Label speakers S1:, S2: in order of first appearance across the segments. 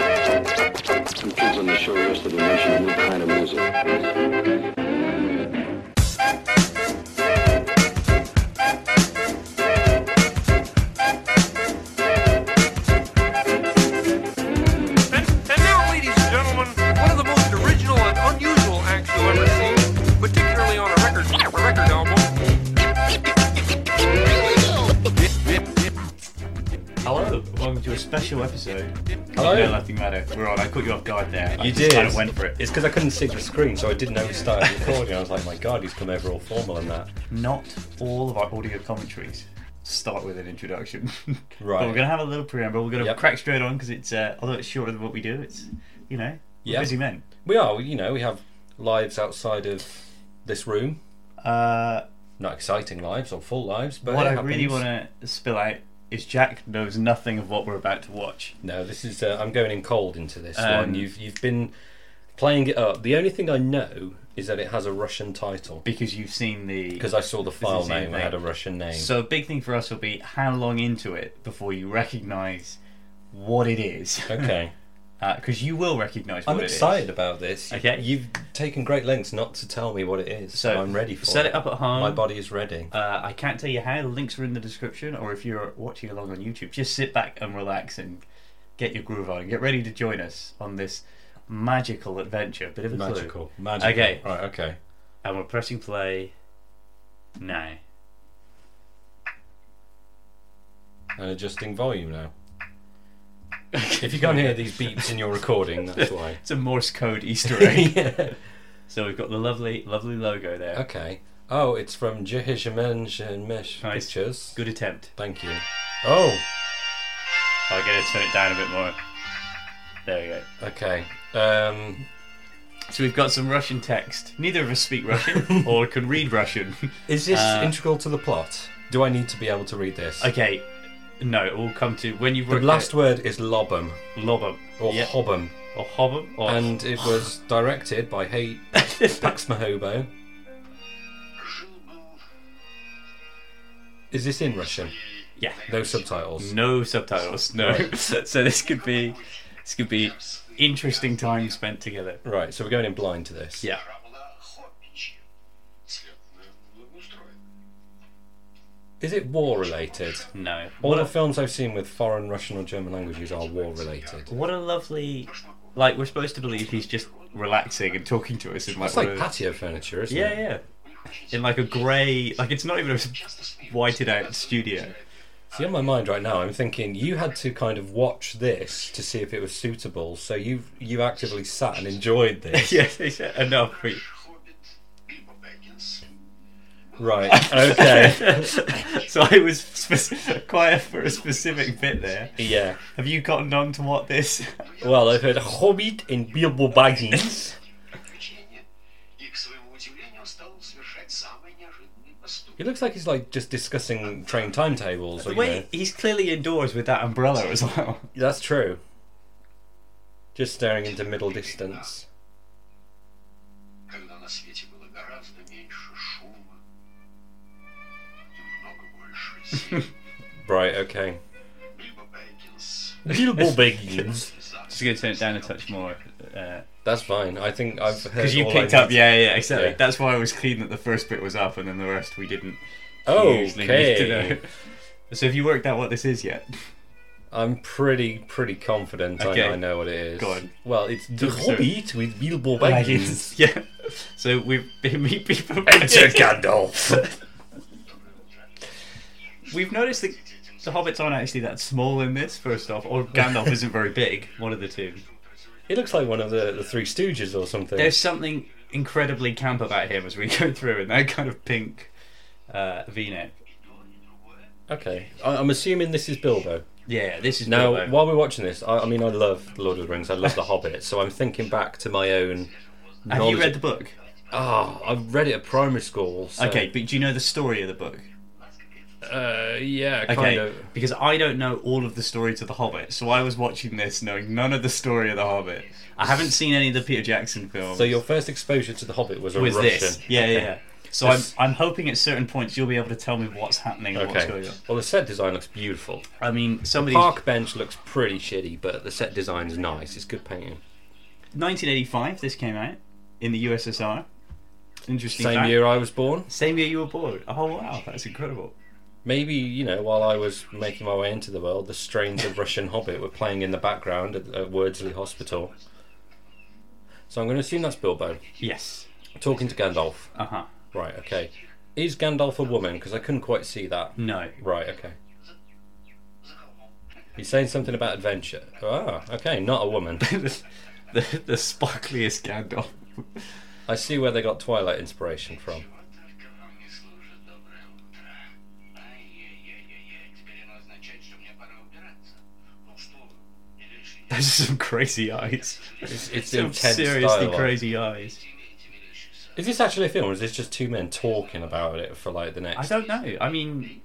S1: Some kids on the show yesterday mentioned new kind of music.
S2: And, and now, ladies and gentlemen, one of the most original and unusual acts you'll ever see, particularly on a record, a record album.
S3: Hello, welcome to a special episode.
S4: Hello.
S3: No, nothing matter. We're on. I caught you off guard there. I
S4: Oh, You
S3: just
S4: did.
S3: Kind of went for it.
S4: It's because I couldn't see the screen, so I didn't know we started recording. I was like, my god, he's come over all formal and that.
S3: Not all of our audio commentaries start with an introduction.
S4: Right.
S3: but we're gonna have a little preamble. We're gonna
S4: Yep.
S3: crack straight on because it's uh, although it's shorter than what we do, it's you know we're
S4: Yeah.
S3: busy men.
S4: We are, you know, we have lives outside of this room.
S3: Uh,
S4: Not exciting lives or full lives, but
S3: what
S4: Oh, it
S3: I really
S4: happens.
S3: want to spill out is Jack knows nothing of what we're about to watch.
S4: No, this is. Uh, I'm going in cold into this
S3: Um,
S4: one. You've you've been playing it up. The only thing I know is that it has a Russian title
S3: Because you've seen the
S4: because I saw the file
S3: is the
S4: name. It
S3: thing.
S4: had a Russian name.
S3: So a big thing for us will be how long into it before you recognise what it is.
S4: okay.
S3: Because you will recognise what
S4: I'm
S3: it is.
S4: excited about this. You-
S3: Okay.
S4: You've taken great lengths not to tell me what it is.
S3: So
S4: I'm ready for
S3: set
S4: it.
S3: it up at home.
S4: My body is ready.
S3: Uh, I can't tell you how. The links are in the description, or if you're watching along on YouTube, just sit back and relax and get your groove on and get ready to join us on this magical adventure. Bit of a clue.
S4: Magical. Magical.
S3: Okay.
S4: Right, okay.
S3: And we're pressing play now.
S4: And adjusting volume now. if you can't hear these beeps in your recording, that's why.
S3: It's a Morse code Easter egg. So we've got the lovely, lovely logo there.
S4: Okay. Oh, it's from Jehijamen and Mesh
S3: Nice.
S4: Pictures.
S3: Good attempt.
S4: Thank you. Oh,
S3: I'll get it turn it down a bit more. There we go.
S4: okay. Um,
S3: So we've got some Russian text. Neither of us speak Russian or can read Russian.
S4: is this
S3: Uh,
S4: integral to the plot? Do I need to be able to read this?
S3: Okay, no, we'll come to when you
S4: The
S3: work
S4: last word is lobum
S3: lobum
S4: or
S3: Yeah.
S4: hobum,
S3: or hobum or
S4: and it was directed by Hey Pax Mahobo. Is this in Russian?
S3: yeah,
S4: No subtitles.
S3: no subtitles, no. so this could be this could be interesting time spent together.
S4: Right, so we're going in blind to this.
S3: Yeah,
S4: Is it war related?
S3: no.
S4: All
S3: What
S4: the
S3: a
S4: films I've seen with foreign Russian or German languages are war related.
S3: what a lovely like we're supposed to believe he's just relaxing and talking to us in like,
S4: It's
S3: one
S4: like
S3: of-
S4: patio furniture, isn't
S3: yeah
S4: it?
S3: yeah in like a grey like it's not even a whited out studio.
S4: See, in my mind right now, I'm thinking you had to kind of watch this to see if it was suitable. So you you actively sat and enjoyed this.
S3: yes, they said enough. we-
S4: Right. Okay.
S3: so I was spec- quiet for a specific bit there.
S4: yeah.
S3: Have you gotten on to what this?
S4: Well, I've heard Hobbit and Bilbo Baggins. He looks like he's like just discussing train timetables. Or, you know.
S3: Wait, he's clearly indoors with that umbrella as well.
S4: That's true. Just staring into middle distance.
S5: когда на свете было гораздо меньше шума и много больше сил.
S4: Right. Okay.
S5: Бильбо Бэггинс
S4: Bilbo Baggins.
S3: Just gonna turn it down a touch more. Because
S4: That's fine. I think I've heard
S3: you
S4: all I
S3: picked
S4: need
S3: up,
S4: to-
S3: yeah, yeah, exactly.
S4: Yeah.
S3: That's why I was keen that the first bit was up and then the rest we didn't usually need to know.
S4: Okay.
S3: So have you worked out what this is yet?
S4: I'm pretty pretty confident
S3: Okay.
S4: I, I know what it is.
S3: Go on.
S4: Well, it's The
S3: Look, sir.
S4: Hobbit with Bilbo Baggins.
S3: yeah. So we've been meet people.
S4: Gandalf.
S3: We've noticed that the hobbits aren't actually that small in this. First off, or Gandalf isn't very big. One of the two.
S4: He looks like one of the, the Three Stooges or something.
S3: There's something incredibly camp about him as we go through, and that kind of pink uh, V-neck.
S4: Okay. I, I'm assuming this is Bilbo.
S3: Yeah, this is
S4: Now,
S3: Bilbo.
S4: while we're watching this, I, I mean, I love The Lord of the Rings. I love The Hobbit. So I'm thinking back to my own.
S3: Have you read the book?
S4: Ah, I read it at primary school. So,
S3: Okay, but do you know the story of the book?
S4: Uh, yeah, kind
S3: Okay,
S4: of.
S3: because I don't know all of the story to The Hobbit, so I was watching this knowing none of the story of The Hobbit. I haven't seen any of the Peter Jackson films.
S4: So your first exposure to The Hobbit was a
S3: was
S4: Russian.
S3: this? Yeah, yeah, yeah. So I'm, I'm hoping at certain points you'll be able to tell me what's happening and what's going
S4: Okay.
S3: on.
S4: Well, the set design looks beautiful.
S3: I mean, somebody's
S4: Park bench looks pretty shitty, but the set design is nice. It's good painting.
S3: 1985. This came out in the USSR. Interesting.
S4: Same
S3: fact.
S4: year I was born.
S3: Same year you were born. Oh wow, that's incredible.
S4: Maybe you know, while I was making my way into the world, the strains of Russian Hobbit were playing in the background at, at Wordsley Hospital. So I'm going to assume that's Bilbo
S3: Yes.
S4: talking to Gandalf.
S3: Uh huh.
S4: Right. Okay. Is Gandalf a woman? Because I couldn't quite see that.
S3: No.
S4: Right. Okay. He's saying something about adventure. Ah. Okay. Not a woman.
S3: the, the the sparkliest Gandalf.
S4: I see where they got Twilight inspiration from.
S5: Вот только вам не служит доброе утро. Ай-яй-яй-яй-яй, теперь оно означает, что мне пора убираться. Ну что вы, или
S3: Those are some crazy eyes.
S4: It's, it's
S3: Some
S4: intense
S3: seriously
S4: dialogue.
S3: crazy eyes.
S4: Is this actually a film, or is this just two men talking about it for like the
S3: I
S4: next?
S3: don't know. I mean,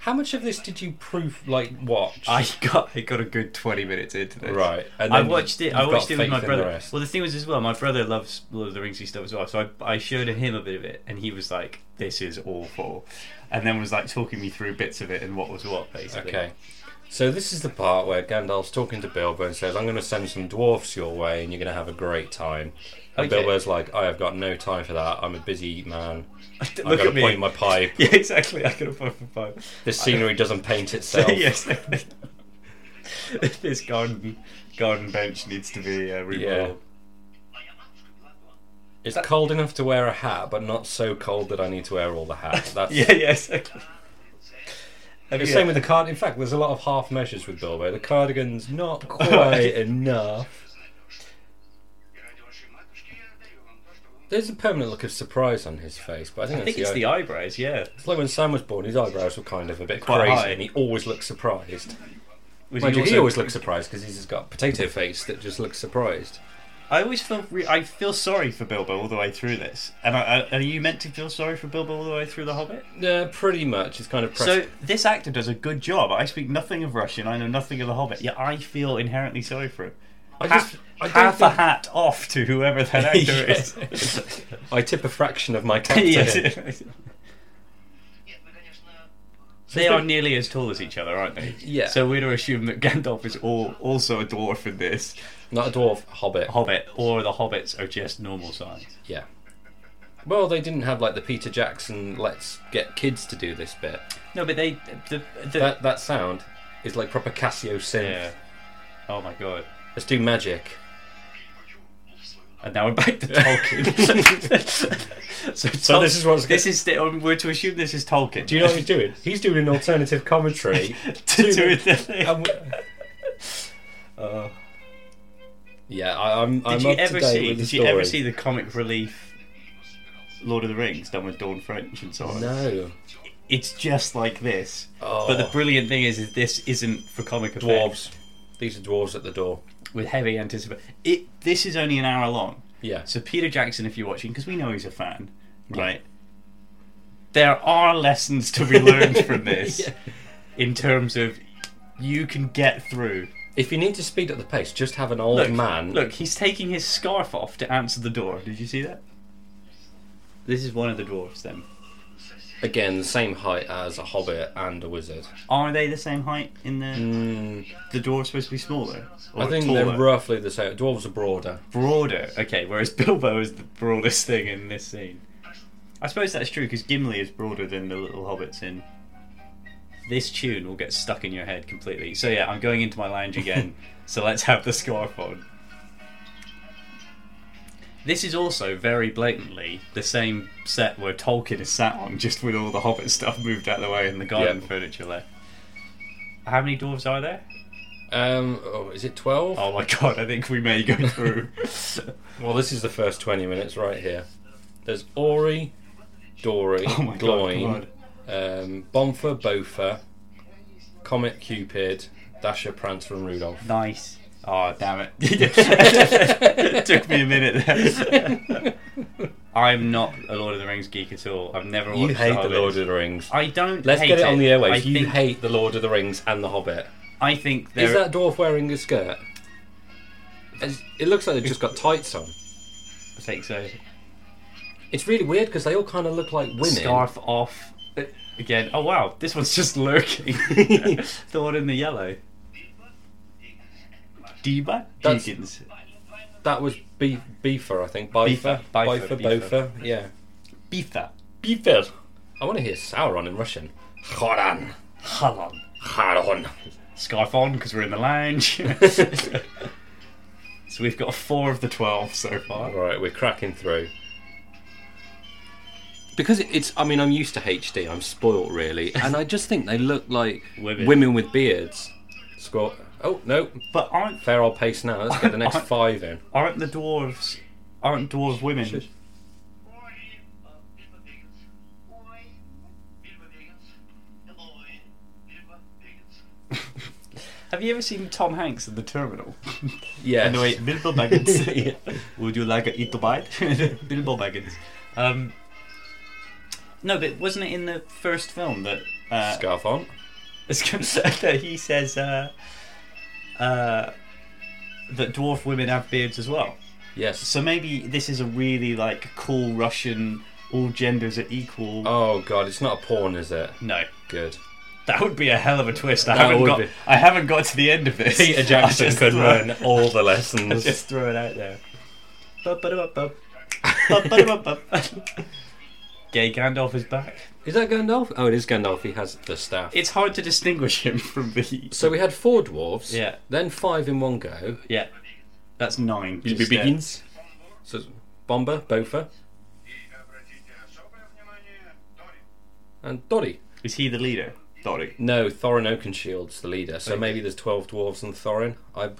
S4: How much of this did you proof like watch?
S3: I got I got a good twenty minutes into this.
S4: Right. And
S3: I
S4: then
S3: watched it.
S4: you've
S3: I watched
S4: got
S3: it with
S4: faith
S3: my
S4: in the
S3: brother.
S4: rest.
S3: Well, the thing was as well, my brother loves Lord of the Ringsy stuff as well. So I, I showed him a bit of it, and he was like, "This is awful," and then was like talking me through bits of it and what was what, basically.
S4: Okay. So this is the part where Gandalf's talking to Bilbo and says, "I'm going to send some dwarfs your way, and you're going to have a great time." And
S3: Okay.
S4: Bilbo's like, "I have got no time for that. I'm a busy man. I've
S3: Look
S4: got to
S3: at me.
S4: point my pipe.
S3: yeah, exactly. I could have put for five.
S4: This scenery doesn't paint itself."
S3: yes. this garden garden bench needs to be uh,
S4: Yeah.
S3: remodeled.
S4: It's cold enough to wear a hat, but not so cold that I need to wear all the hats. That's
S3: Yeah. Yeah. Exactly. Have
S4: The
S3: you-
S4: same with the card. In fact, there's a lot of half measures with Bilbo. The cardigan's not quite enough.
S5: И ради вашей матушки я отдаю вам то, что вы
S4: There's a permanent look of surprise on his face, but I think,
S3: I think
S4: that's
S3: it's
S4: the,
S3: the eyebrows. Yeah.
S4: It's like when Sam was born, his eyebrows were kind of a bit
S3: Quite
S4: crazy,
S3: high.
S4: and he always looked surprised.
S3: Was
S4: Mind you, he
S3: also-
S4: always looks surprised because he's just got a potato face that just looks surprised.
S3: I always feel re- I feel sorry for Bilbo all the way through this. And I, I, are you meant to feel sorry for Bilbo all the way through The Hobbit?
S4: Yeah, pretty much. It's kind of pressed.
S3: So this actor does a good job. I speak nothing of Russian. I know nothing of The Hobbit. Yet I feel inherently sorry for him.
S4: I
S3: Half,
S4: just I don't
S3: half a
S4: think-
S3: hat off to whoever that actor is.
S4: I tip a fraction of my cap to him.
S3: yes.
S5: Нет, мы, конечно,
S3: They are nearly as tall as each other, aren't they?
S4: Yeah.
S3: So we'd assume that Gandalf is all, also a dwarf in this
S4: Not a dwarf, a hobbit.
S3: Hobbit, or the hobbits are just normal size.
S4: Yeah. Well, they didn't have like the Peter Jackson "Let's get kids to do this" bit.
S3: No, but they the, the
S4: That that sound is like proper Casio synth.
S3: yeah. Oh my god.
S4: Let's do magic.
S3: And now we're back to Tolkien. so,
S4: So this is what's
S3: this is. The, um, we're to assume this is Tolkien.
S4: Do you know what he's doing? He's doing an alternative commentary.
S3: to,
S4: to-
S3: to the thing.
S4: and w-
S3: Uh,
S4: yeah, I, I'm. I'm
S3: did you
S4: up to
S3: ever
S4: date
S3: see?
S4: with the
S3: Did you ever
S4: story.
S3: see the comic relief Lord of the Rings done with Dawn French and so on?
S4: No.
S3: It's just like this.
S4: Oh.
S3: But the brilliant thing is, is this isn't for comic effect.
S4: Dwarves. These are dwarves at the door.
S3: with heavy anticipation. It. This is only an hour long.
S4: Yeah.
S3: So Peter Jackson, if you're watching, because we know he's a fan, right? There are lessons to be learned from this
S4: Yeah.
S3: in terms of you can get through.
S4: If you need to speed up the pace, just have an old
S3: Look,
S4: man.
S3: look, he's taking his scarf off to answer the door. Did you see that? This is one of the dwarfs. Then
S4: Again, the same height as a hobbit and a wizard.
S3: are they the same height in the? The dwarf's supposed to be smaller. Or
S4: Mm. I think
S3: Mm, taller?
S4: they're roughly the same. Dwarves are broader.
S3: broader. Okay, whereas Bilbo is the broadest thing in this scene. I suppose that's true because Gimli is broader than the little hobbits in. This tune will get stuck in your head completely. So yeah, I'm going into my lounge again. so let's have the scarf on. This is also very blatantly the same set where Tolkien is sat on, just with all the hobbit stuff moved out of the way and the garden
S4: Yeah.
S3: furniture left. How many dwarves are there?
S4: Um, oh, is it twelve?
S3: Oh my god, I think we may go through.
S4: Well, this is the first 20 minutes right here. There's Ori, Dory,
S3: oh my
S4: Gloin,
S3: god.
S4: um, Bonfa, Bofa, Comet, Cupid, Dasher, Prancer, and Rudolph.
S3: Nice. Oh damn it! it took me a minute. There. I'm not a Lord of the Rings geek at all. I've never.
S4: You
S3: watched
S4: hate the
S3: Hobbit.
S4: Lord of the Rings.
S3: I don't.
S4: Let's
S3: hate
S4: get it on the
S3: I
S4: airwaves.
S3: think,
S4: You hate the Lord of the Rings and the Hobbit.
S3: I think
S4: Is
S3: there.
S4: that dwarf wearing a skirt? Is- It looks like they've just got tights on.
S3: I think so.
S4: It's really weird because they all kind of look like women.
S3: Scarf off. Again, oh wow, this one's just lurking. the one in the yellow. Diva
S4: That's-
S3: Higgins.
S4: That was Be- Beefer, I think. Bifer,
S3: Beefer, Bifer,
S4: Bifer,
S3: Beefer.
S4: Bofer. Yeah.
S3: Bifa.
S4: Beefer. I want to hear Sauron in Russian. Choran.
S3: Halon.
S4: Charon.
S3: Scarf on because we're in the lounge. so we've got four of the 12 so far.
S4: Right, we're cracking through. Because it- it's, I mean, I'm used to HD. I'm spoilt, really, and I just think they look like
S3: Women.
S4: with beards. Squat. Oh no,
S3: But aren't
S4: fair old pace now. Let's get the next five in.
S3: aren't the dwarves aren't dwarves women? Have you ever seen Tom Hanks in the terminal?
S4: Yes.
S3: Anyway, Bilbo Baggins. Would you like to eat a bite? Bilbo Baggins. Um, no, but wasn't it in the first film that uh,
S4: Scarf on.
S3: that he says uh, uh, that dwarf women have beards as well?
S4: Yes.
S3: So maybe this is a really like cool Russian. All genders are equal.
S4: Oh god, it's not a porn, is it?
S3: No,
S4: Good.
S3: that would be a hell of a twist. I
S4: That
S3: haven't
S4: would
S3: got.
S4: be.
S3: I haven't got to the end of this.
S4: Peter
S3: I
S4: Jackson
S3: just
S4: could
S3: throw-
S4: learn all the lessons.
S3: Just throw it out there. Ba-ba-da-ba-ba. Ba-ba-da-ba-ba. Gay Gandalf is back.
S4: Is that Gandalf? Oh, it is Gandalf. He has the staff.
S3: It's hard to distinguish him from the.
S4: so we had four dwarves.
S3: Yeah.
S4: Then five in one go.
S3: Yeah, that's nine. just there.
S4: begins. So it's Bomber, Bofa, and Doddy.
S3: Is he the leader? Sorry.
S4: No, Thorin Oakenshield's the leader. So maybe there's twelve dwarves in Thorin. I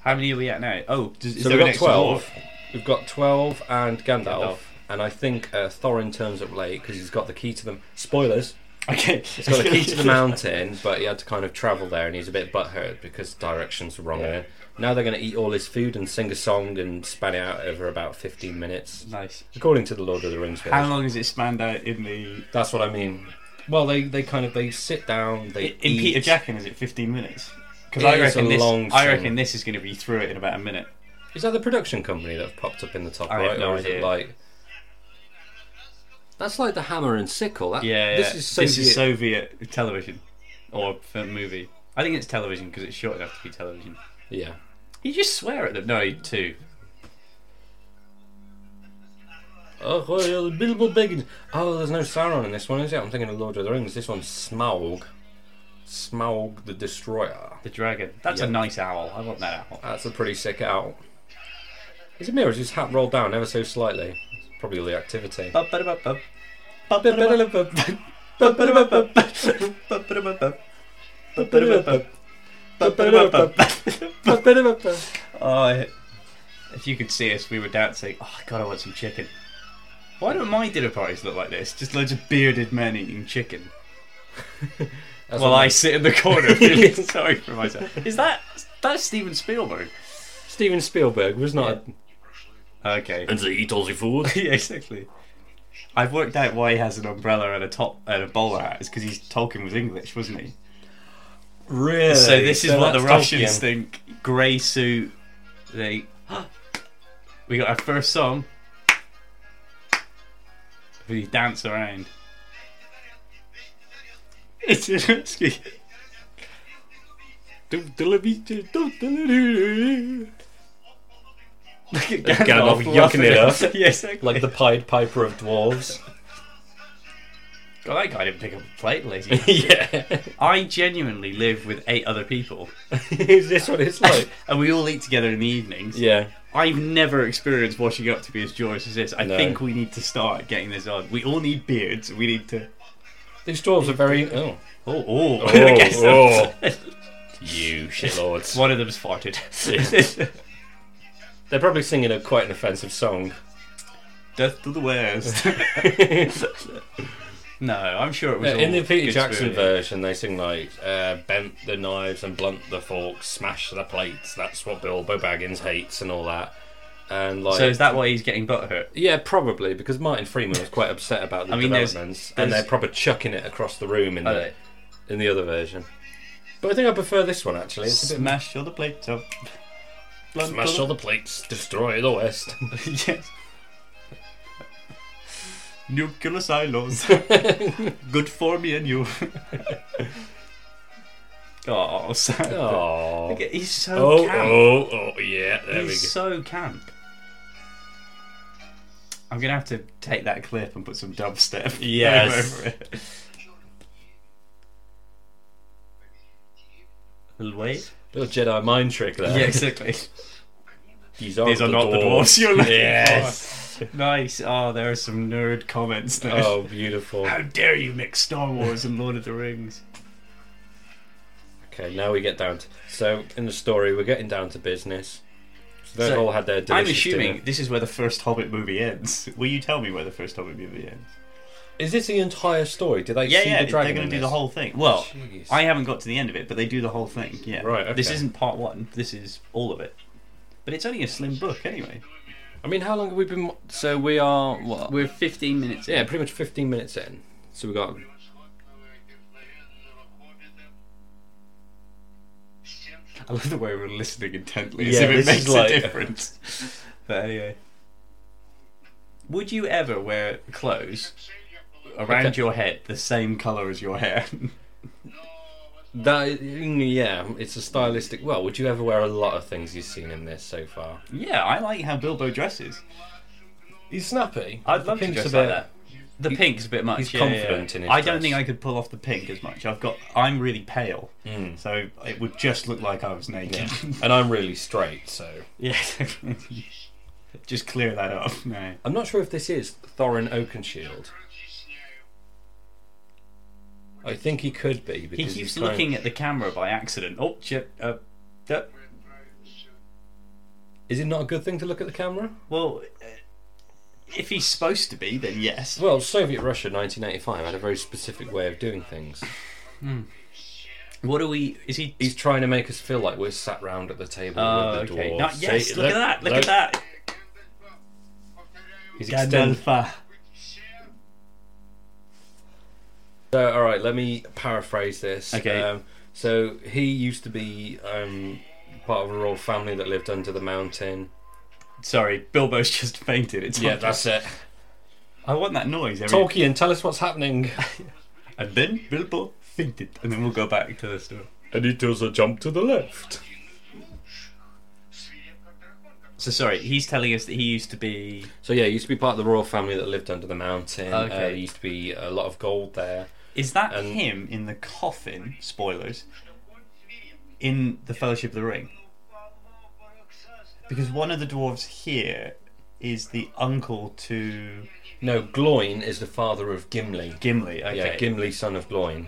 S3: How many are we at now? Oh, does, is
S4: so
S3: there an
S4: we've got
S3: extra
S4: twelve.
S3: dwarf?
S4: We've got twelve and Gandalf.
S3: Gandalf.
S4: And I think uh, Thorin turns up late because he's got the key to them. Spoilers.
S3: Okay,
S4: He's got the key to the mountain, but he had to kind of travel there, and he's a bit butthurt because directions were wrong.
S3: Yeah.
S4: Now they're going to eat all his food and sing a song and span it out over about fifteen minutes,
S3: Nice.
S4: according to the Lord of the Rings.
S3: How
S4: version.
S3: long is it spanned out in the
S4: That's what I mean. Well, they, they kind of they sit down. They
S3: in Peter
S4: eat.
S3: Jackson? Is it fifteen minutes? Because
S4: It
S3: I
S4: is
S3: reckon
S4: a
S3: this.
S4: long
S3: I
S4: film.
S3: reckon this is going to be through it in about a minute.
S4: Is that the production company that have popped up in the top
S3: I have
S4: right,
S3: no
S4: or is it
S3: idea.
S4: like? That's like the hammer and sickle. That,
S3: Yeah,
S4: this
S3: yeah.
S4: is Soviet.
S3: Soviet television or film movie. I think it's television because it's short enough to be television.
S4: yeah,
S3: You just swear at them. No, two.
S4: Oh, well, Bilbo Baggins. Oh, there's no Sauron in this one, is it? I'm thinking of Lord of the Rings. This one's Smaug. Smaug the Destroyer.
S3: The dragon. That's a
S4: Yeah.
S3: nice owl. I want that owl.
S4: That's a pretty sick owl. Is it mirrors? His hat rolled down ever so slightly. It's probably all the activity.
S3: Oh, Ba-ba-da-ba-ba. Ba-ba-da-ba-ba. Ba-ba-da-ba-ba. Ba-ba-da-ba-ba. Oh, if you could see us, we were dancing. Oh God, I want some chicken. Why don't my dinner parties look like this? Just loads of bearded men eating chicken.
S4: That's
S3: While
S4: what-
S3: I sit in the corner, feeling sorry for myself. Is that that's Steven Spielberg?
S4: Steven Spielberg was not.
S3: Okay.
S4: And they eat all the food.
S3: yeah, exactly. I've worked out why he has an umbrella and a top and a bowler hat. It's because he's Tolkien was English, wasn't he?
S4: Really?
S3: Uh, So this is what the
S4: that's
S3: Russians
S4: Tolkien.
S3: think. Grey suit. They. we got our first song. We dance around. It's Zelensky. Look at
S4: Gandalf yucking it
S3: laughing.
S4: up.
S3: yeah, exactly.
S4: Like the Pied Piper of dwarves.
S3: God, that guy didn't pick up a plate, lady.
S4: yeah.
S3: I genuinely live with eight other people,
S4: is this what it's like?
S3: and we all eat together in the evenings.
S4: yeah.
S3: I've never experienced washing up to be as joyous as this. I
S4: No.
S3: think we need to start getting this on. We all need beards. We need to.
S4: These dwarves are very. Oh.
S3: Oh, oh! I guess that was-
S4: you shitlords.
S3: one of them's farted.
S4: They're probably singing a quite an offensive song.
S3: Death to the West. no, I'm sure it was.
S4: Uh, In
S3: all
S4: the Peter
S3: good
S4: Jackson
S3: spirited.
S4: version, they sing like uh, "bent the knives and blunt the forks, smash the plates." That's what Bilbo Baggins hates and all that. And like,
S3: So is that why he's getting butthurt?
S4: yeah, probably because Martin Freeman was quite upset about the
S3: I mean, there's-
S4: developments,
S3: there's-
S4: and they're proper chucking it across the room in
S3: Uh,
S4: the in the other version. But I think I prefer this one actually. It's a bit
S3: Smash all the plates up. Blunt
S4: smash
S3: to
S4: all the plates, destroy the West.
S3: yes. Nuclear silos. Good for me and you. oh, sad.
S4: Oh.
S3: Look at- He's so
S4: Oh,
S3: camp.
S4: oh, oh, yeah, there
S3: He's so camp. I'm gonna have to take that clip and put some dubstep
S4: Yes.
S3: over it. Little wave.
S4: we go. Little Jedi mind trick there.
S3: Yeah, exactly.
S4: These are,
S3: These
S4: the
S3: are not the
S4: dwarves.
S3: dwarfs you're looking
S4: Yes.
S3: for. Nice. Oh, there are some nerd comments there.
S4: Oh, beautiful.
S3: How dare you mix Star Wars and Lord of the Rings?
S4: Okay, now we get down to. So, in the story, we're getting down to business. So they've
S3: So,
S4: all had their
S3: I'm
S4: delicious
S3: assuming
S4: dinner.
S3: this is where the first Hobbit movie ends. Will you tell me where the first Hobbit movie ends?
S4: Is this the entire story? Did they
S3: Yeah,
S4: see
S3: yeah,
S4: the dragon?
S3: they're going
S4: in
S3: to do the
S4: this?
S3: whole thing. Well,
S4: Jeez.
S3: I haven't got to the end of it, but they do the whole thing. Yeah,
S4: Right,
S3: This
S4: okay.
S3: isn't part one. This is all of it. But it's only a slim book, anyway.
S4: I mean, how long have we been. So, we are. What?
S3: We're 15 minutes.
S4: yeah, pretty much 15 minutes in. So, we got.
S3: I love the way we're listening intently,
S4: Yeah,
S3: as if it
S4: this
S3: makes
S4: is like-
S3: a difference. but anyway, would you ever wear clothes around
S4: Okay.
S3: your head the same color as your hair?
S4: That, mm, yeah, it's a stylistic. Well, would you ever wear a lot of things you've seen in this so far?
S3: yeah, I like how Bilbo dresses.
S4: He's snappy.
S3: I'd love to
S4: Pink's
S3: dress
S4: a
S3: like
S4: bit-
S3: that. The pink's a bit much.
S4: he's
S3: yeah, yeah,
S4: confident
S3: yeah.
S4: in his
S3: I don't
S4: dress.
S3: think I could pull off the pink as much. I've got. I'm really pale, so it would just look like I was naked.
S4: and I'm really straight, so
S3: Yeah. just clear that up. No.
S4: I'm not sure if this is Thorin Oakenshield. I think he could be
S3: He
S4: because
S3: keeps
S4: he's kind of-
S3: looking at the camera by accident. Oh, shit. Uh, uh,
S4: Is it not a good thing to look at the camera?
S3: well, uh, if he's supposed to be, then yes.
S4: Well, Soviet Russia, 1985, had a very specific way of doing things.
S3: What are we? Is he?
S4: He's trying to make us feel like we're sat round at the table
S3: Oh,
S4: with the
S3: okay.
S4: dwarves.
S3: No, yes.
S4: See,
S3: look, at that. Look, at that.
S4: He's extended.
S3: Gandalf.
S4: So, all right, let me paraphrase this.
S3: Okay.
S4: Um, so he used to be um, part of a royal family that lived under the mountain.
S3: Sorry, Bilbo's just fainted. It's
S4: Yeah,
S3: not-
S4: that's it.
S3: I want that noise every
S4: Tolkien, tell us what's happening.
S3: And then Bilbo fainted, and then we'll go back to the story.
S4: and he does a jump to the left.
S3: So sorry, he's telling us that he used to be.
S4: So yeah, he used to be part of the royal family that lived under the mountain. Uh,
S3: Okay.
S4: there used to be a lot of gold there.
S3: Is that
S4: And-
S3: him in the coffin? Spoilers. In the Fellowship of the Ring, because one of the dwarves here is the uncle to
S4: No, Gloin is the father of Gimli.
S3: Gimli. Okay,
S4: Yeah, Gimli, son of Gloin.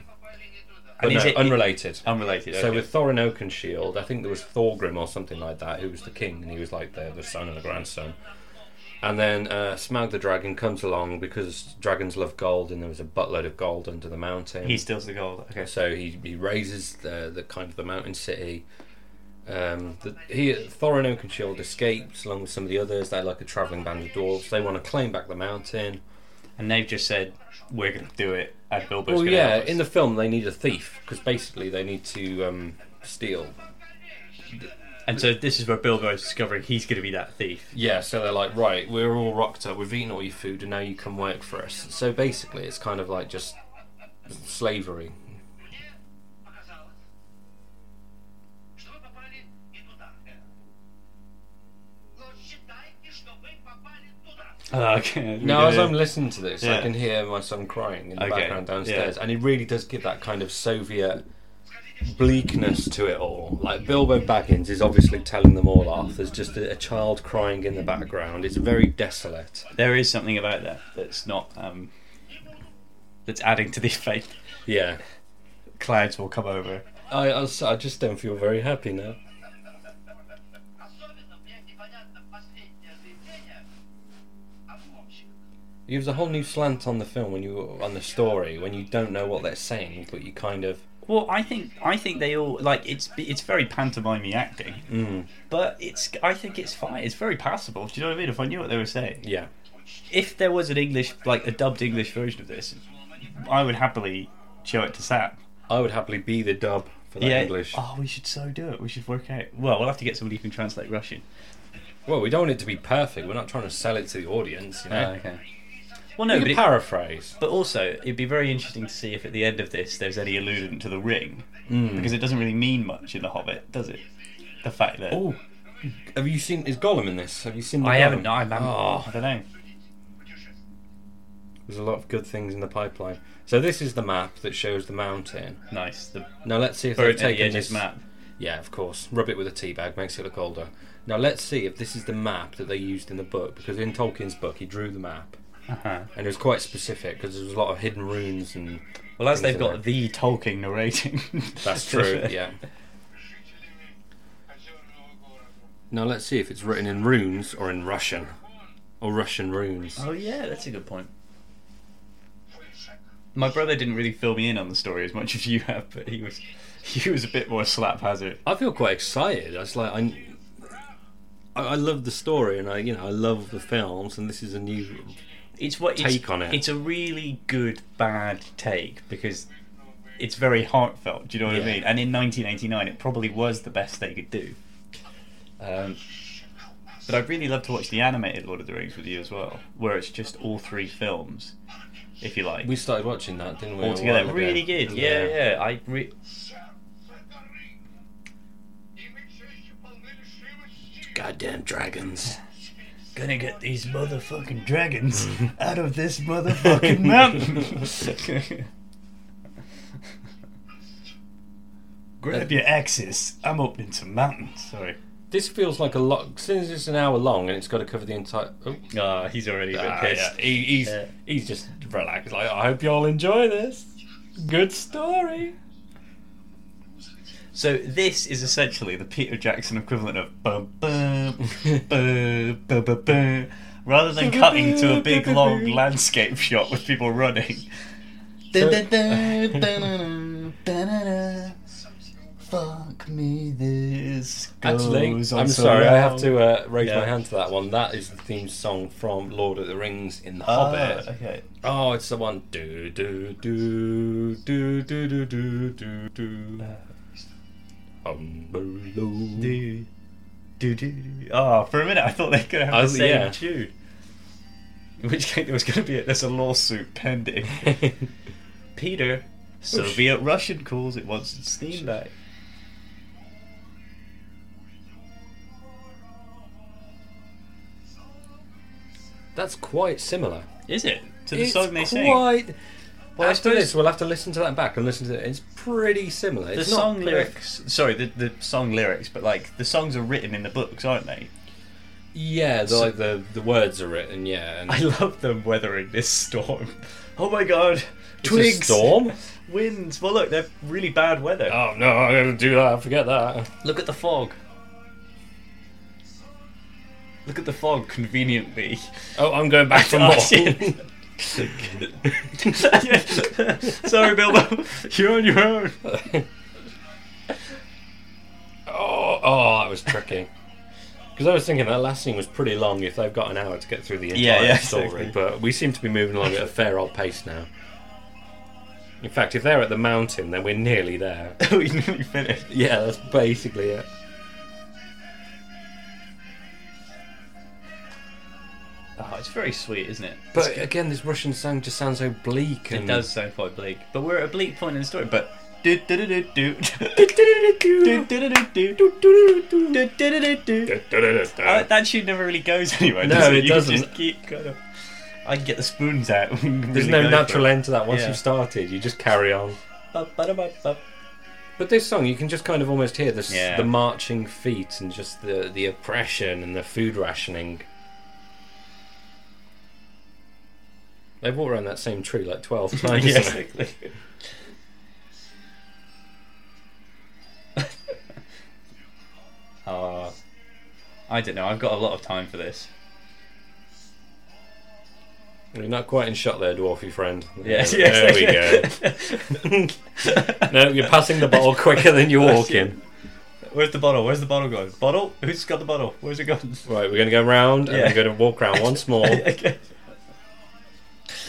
S4: But
S3: And
S4: no,
S3: is it
S4: unrelated.
S3: unrelated?
S4: So
S3: okay.
S4: with Thorin Oakenshield, I think there was Thorgrim or something like that, who was the king, and he was like the, the son and the grandson. And then uh, Smaug the dragon comes along because dragons love gold, and there was a buttload of gold under the mountain.
S3: he steals the gold. Okay,
S4: So he, he raises the, the kind of the mountain city. Um, the, he Thorin Oakenshield escapes along with some of the others. They're like a traveling band of dwarves. They want to claim back the mountain.
S3: and they've just said we're going to do it, and Bilbo's
S4: Well,
S3: going to
S4: yeah, in the film they need a thief because basically they need to um, steal.
S3: and so this is where Bilbo is discovering he's going to be that thief.
S4: Yeah, so they're like, right, we're all rocked up. We've eaten all your food, and now you come work for us. So basically, it's kind of like just slavery.
S5: Оказалось, что вы попали не туда. Но считайте, что вы попали туда.
S4: Ah,
S3: Oh, okay.
S4: Now, as I'm listening to this, I
S3: Yeah.
S4: can hear my son crying in the
S3: Okay,
S4: background downstairs,
S3: yeah.
S4: and it really does give that kind of Soviet bleakness to it all. Like Bilbo Baggins is obviously telling them all off. There's just a, a child crying in the background. It's very desolate.
S3: There is something about that that's not um, that's adding to the effect.
S4: Yeah,
S3: Clouds will come over.
S4: I, I, s- I just don't feel very happy now.
S5: Особенно мне непонятно последнее заявление о помощи.
S4: It gives a whole new slant on the film when you on the story when you don't know what they're saying, but you kind of
S3: Well, I think I think they all like it's it's very pantomimey acting, but it's I think it's fine. It's very passable. Do you know what I mean? If I knew what they were saying,
S4: yeah.
S3: if there was an English like a dubbed English version of this, I would happily show it to Sam.
S4: I would happily be the dub for that English.
S3: Oh, we should so do it. We should work out. Well, we'll have to get somebody who can translate Russian.
S4: Well, we don't want it to be perfect. We're not trying to sell it to the audience. You know?
S3: Ah, Oh, okay. Well, no,
S4: You
S3: but,
S4: could
S3: it-
S4: paraphrase.
S3: but also it'd be very interesting to see if at the end of this there's any allusion to the ring, because it doesn't really mean much in The Hobbit, does it? The fact that
S4: Oh, have you seen is Gollum in this? Have you seen? The
S3: I
S4: Gollum?
S3: haven't, I haven't,
S4: Oh,
S3: I don't know.
S4: there's a lot of good things in the pipeline. So this is the map that shows the mountain.
S3: Nice, the
S4: Now let's see if
S3: bird
S4: they've
S3: at the
S4: taken
S3: edges
S4: this
S3: map.
S4: Yeah, of course. Rub it with a tea bag makes it look older. Now let's see if this is the map that they used in the book because in Tolkien's book he drew the map
S3: Uh-huh.
S4: and it was quite specific because there was a lot of hidden runes and
S3: Well, as
S4: things
S3: they've
S4: in
S3: got the Tolkien narrating.
S4: That's true, yeah. Now let's see if it's written in runes or in Russian. Or Russian runes.
S3: Oh yeah, that's a good point. My brother didn't really fill me in on the story as much as you have, but he was he was a bit more slap hazard.
S4: I feel quite excited. I was like, I, I, I love the story, and I, you know, I love the films, and this is a new.
S3: It's what it's-
S4: Take on it.
S3: It's a really good bad take because it's very heartfelt. Do you know what I
S4: Yeah.
S3: mean? And in 1989, it probably was the best they could do. Um, but I'd really love to watch the animated Lord of the Rings with you as well, where it's just all three films, if you like.
S4: We started watching that, didn't we? a
S3: all together.
S4: while ago?
S3: Really good. Yeah, yeah. I re-
S4: Goddamn dragons.
S3: gonna get these motherfucking dragons out of this motherfucking mountain. Grab your axes. I'm opening some mountains. Sorry.
S4: This feels like a lot. Since it's an hour long and it's got to cover the entire. Oh,
S3: Ah, he's already a bit
S4: ah,
S3: pissed.
S4: yeah. He- he's,
S3: Yeah.
S4: he's just relaxed. Like, I hope you all enjoy this. Good story.
S3: So this is essentially the Peter Jackson equivalent of bum bum bum bum bum. bum. Rather than cutting to a big long landscape shot with people running.
S4: So-
S3: Dun-dun-dun, dun-dun-dun, dun-dun-dun. Fuck me, this goes
S4: Actually,
S3: on
S4: I'm
S3: so
S4: sorry, I
S3: long.
S4: have to uh, raise
S3: Yeah.
S4: my hand to that one. That is the theme song from Lord of the Rings in The
S3: Ah,
S4: Hobbit.
S3: okay.
S4: Oh, it's the one. Do, do, do, do, do, do, do, do, do. Um, below.
S3: Do, do, do, do. Oh, for a minute I thought they could have
S4: I
S3: the
S4: was-
S3: same
S4: yeah.
S3: tune. In which case there was going to be a, there's a lawsuit pending. Peter, Soviet Russian calls it wants its steam back.
S4: That's quite similar.
S3: Is it to the
S4: it's
S3: song they sing?
S4: quite...
S3: Well, I
S4: After
S3: suppose
S4: this, we'll have to listen to that back and listen to it. It's pretty similar.
S3: the
S4: It's not
S3: song
S4: perfect.
S3: lyrics. Sorry, the, the song lyrics, but like the songs are written in the books, aren't they?
S4: Yeah, the,
S3: So-
S4: like the, the words are written, yeah. And
S3: I love them weathering this storm. Oh my god,
S4: It's a
S3: twigs, Ah.
S4: storm?
S3: winds. Well, look, they're really bad weather.
S4: Oh no, I'm gonna do that. Forget that.
S3: Look at the fog. Look at the fog conveniently.
S4: Oh, I'm going back for
S3: Oh,
S4: more.
S3: shit. Sorry, Bilbo. You're on your own.
S4: oh, oh, that was tricky. Because I was thinking that last scene was pretty long. If they've got an hour to get through the entire
S3: Yeah, yeah,
S4: story,
S3: exactly.
S4: but we seem to be moving along at a fair old pace now. In fact, if they're at the mountain, then we're nearly there.
S3: we Oh, nearly finished.
S4: yeah, that's basically it.
S3: Oh, it's very sweet, isn't it?
S4: But again, this Russian song just sounds so bleak. And
S3: It does sound quite bleak, but we're at a bleak point in the story. But Uh, that tune never really goes anywhere.
S4: No,
S3: does
S4: it
S3: you
S4: doesn't.
S3: Just keep kind of. I can get the spoons out.
S4: There's no natural end to that once
S3: Yeah.
S4: you've started. You just carry on.
S3: end.
S4: But this song, you can just kind of almost hear the
S3: Yeah.
S4: the marching feet and just the the oppression and the food rationing. They've walked around that same tree like twelve times.
S3: Yeah,
S4: now.
S3: exactly. uh, I don't know. I've got a lot of time for this.
S4: You're not quite in shot there, dwarfy friend.
S3: Yeah,
S4: there,
S3: yeah,
S4: there we go. no, you're passing the bottle quicker than you're walking.
S3: Where's the bottle? Where's the bottle going? Bottle? Who's got the bottle? Where's it gone?
S4: Right, we're gonna go round and
S3: Yeah.
S4: we're gonna walk round once more,
S3: Okay.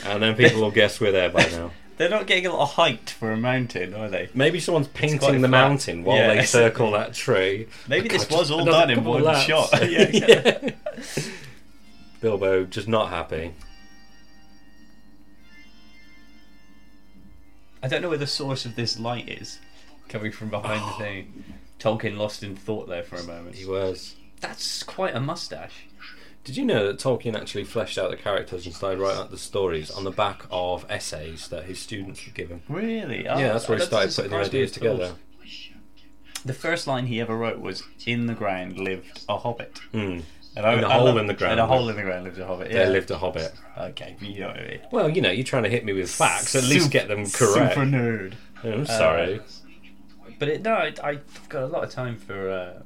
S4: and then people will guess we're there by now.
S3: They're not getting a lot of height for a mountain, are they?
S4: Maybe someone's
S3: quite
S4: painting the
S3: flat.
S4: mountain while
S3: Yeah,
S4: they
S3: exactly.
S4: circle that tree.
S3: Maybe this
S4: God,
S3: was all
S4: another
S3: done in
S4: couple of
S3: one
S4: laps.
S3: shot.
S4: Yeah. Bilbo just not happy.
S3: I don't know where the source of this light is coming from behind the thing. Tolkien lost in thought there for a moment.
S4: He was.
S3: That's quite a mustache.
S4: Did you know that Tolkien actually fleshed out the characters and started writing out the stories on the back of essays that his students would give him?
S3: Really? Oh,
S4: Yeah, that's where he started
S3: doesn't
S4: putting the
S3: surprise me
S4: ideas
S3: at all.
S4: together.
S3: The first line he ever wrote was "In the ground lived a hobbit."
S4: Hmm.
S3: And I,
S4: In a
S3: I
S4: hole
S3: love-
S4: in the ground
S3: In a hole
S4: lived-
S3: in the ground lived a hobbit. Yeah.
S4: There lived a hobbit.
S3: Okay, but you know what I mean.
S4: Well, you know, you're trying to hit me with facts. At least
S3: Sup-
S4: get them correct.
S3: Super uh, nerd.
S4: I'm sorry.
S3: But it, no, I, I've got a lot of time for. Uh,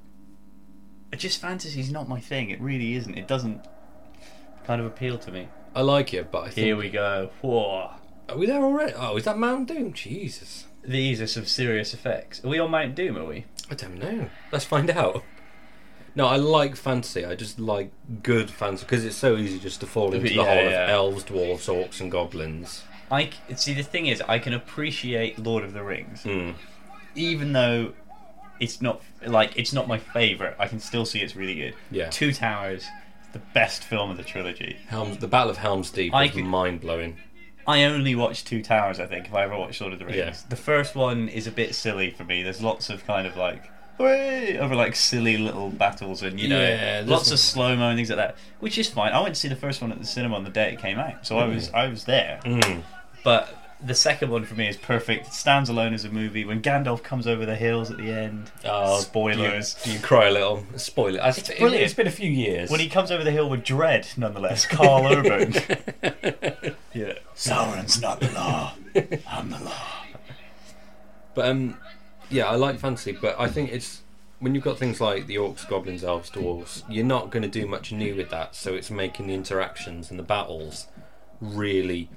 S3: just fantasy's not my thing. It really isn't. It doesn't kind of appeal to me.
S4: I like it, but I think
S3: Here we go. Whoa.
S4: Are we there already? Oh, is that Mount Doom? Jesus.
S3: These are some serious effects. Are we on Mount Doom? Are we?
S4: I don't know. Let's find out. No, I like fantasy. I just like good fantasy because it's so easy just to fall into the
S3: Yeah,
S4: hole
S3: yeah.
S4: of elves, dwarves, orcs, and goblins.
S3: I c- see. The thing is, I can appreciate Lord of the Rings,
S4: Hmm.
S3: even though it's not like it's not my favorite. I can still see it's really good.
S4: Yeah.
S3: Two Towers, the best film of the trilogy.
S4: Helms, the Battle of Helm's Deep
S3: I
S4: was
S3: could-
S4: mind blowing.
S3: I only watched Two Towers, I think, if I ever watched Lord of the Rings.
S4: Yeah.
S3: The first one is a bit silly for me. There's lots of kind of like, "Hooray!" over like silly little battles and, you know,
S4: Yeah, this
S3: lots
S4: one-
S3: of slow mo and things like that, which is fine. I went to see the first one at the cinema on the day it came out, so I
S4: Mm.
S3: was I was there. But the second one for me is perfect. It stands alone as a movie. When Gandalf comes over the hills at the end, spoilers.
S4: Do Oh, you, do you cry a little? Spoiler. It's, it,
S3: Oh, brilliant.
S4: it's been a few years.
S3: When he comes over the hill with dread, nonetheless, Carl Urban. yeah. Sauron's not the law. I'm the law.
S4: But um, yeah, I like fantasy, but I think it's when you've got things like the orcs, goblins, elves, dwarves, you're not going to do much new with that. So it's making the interactions and the battles really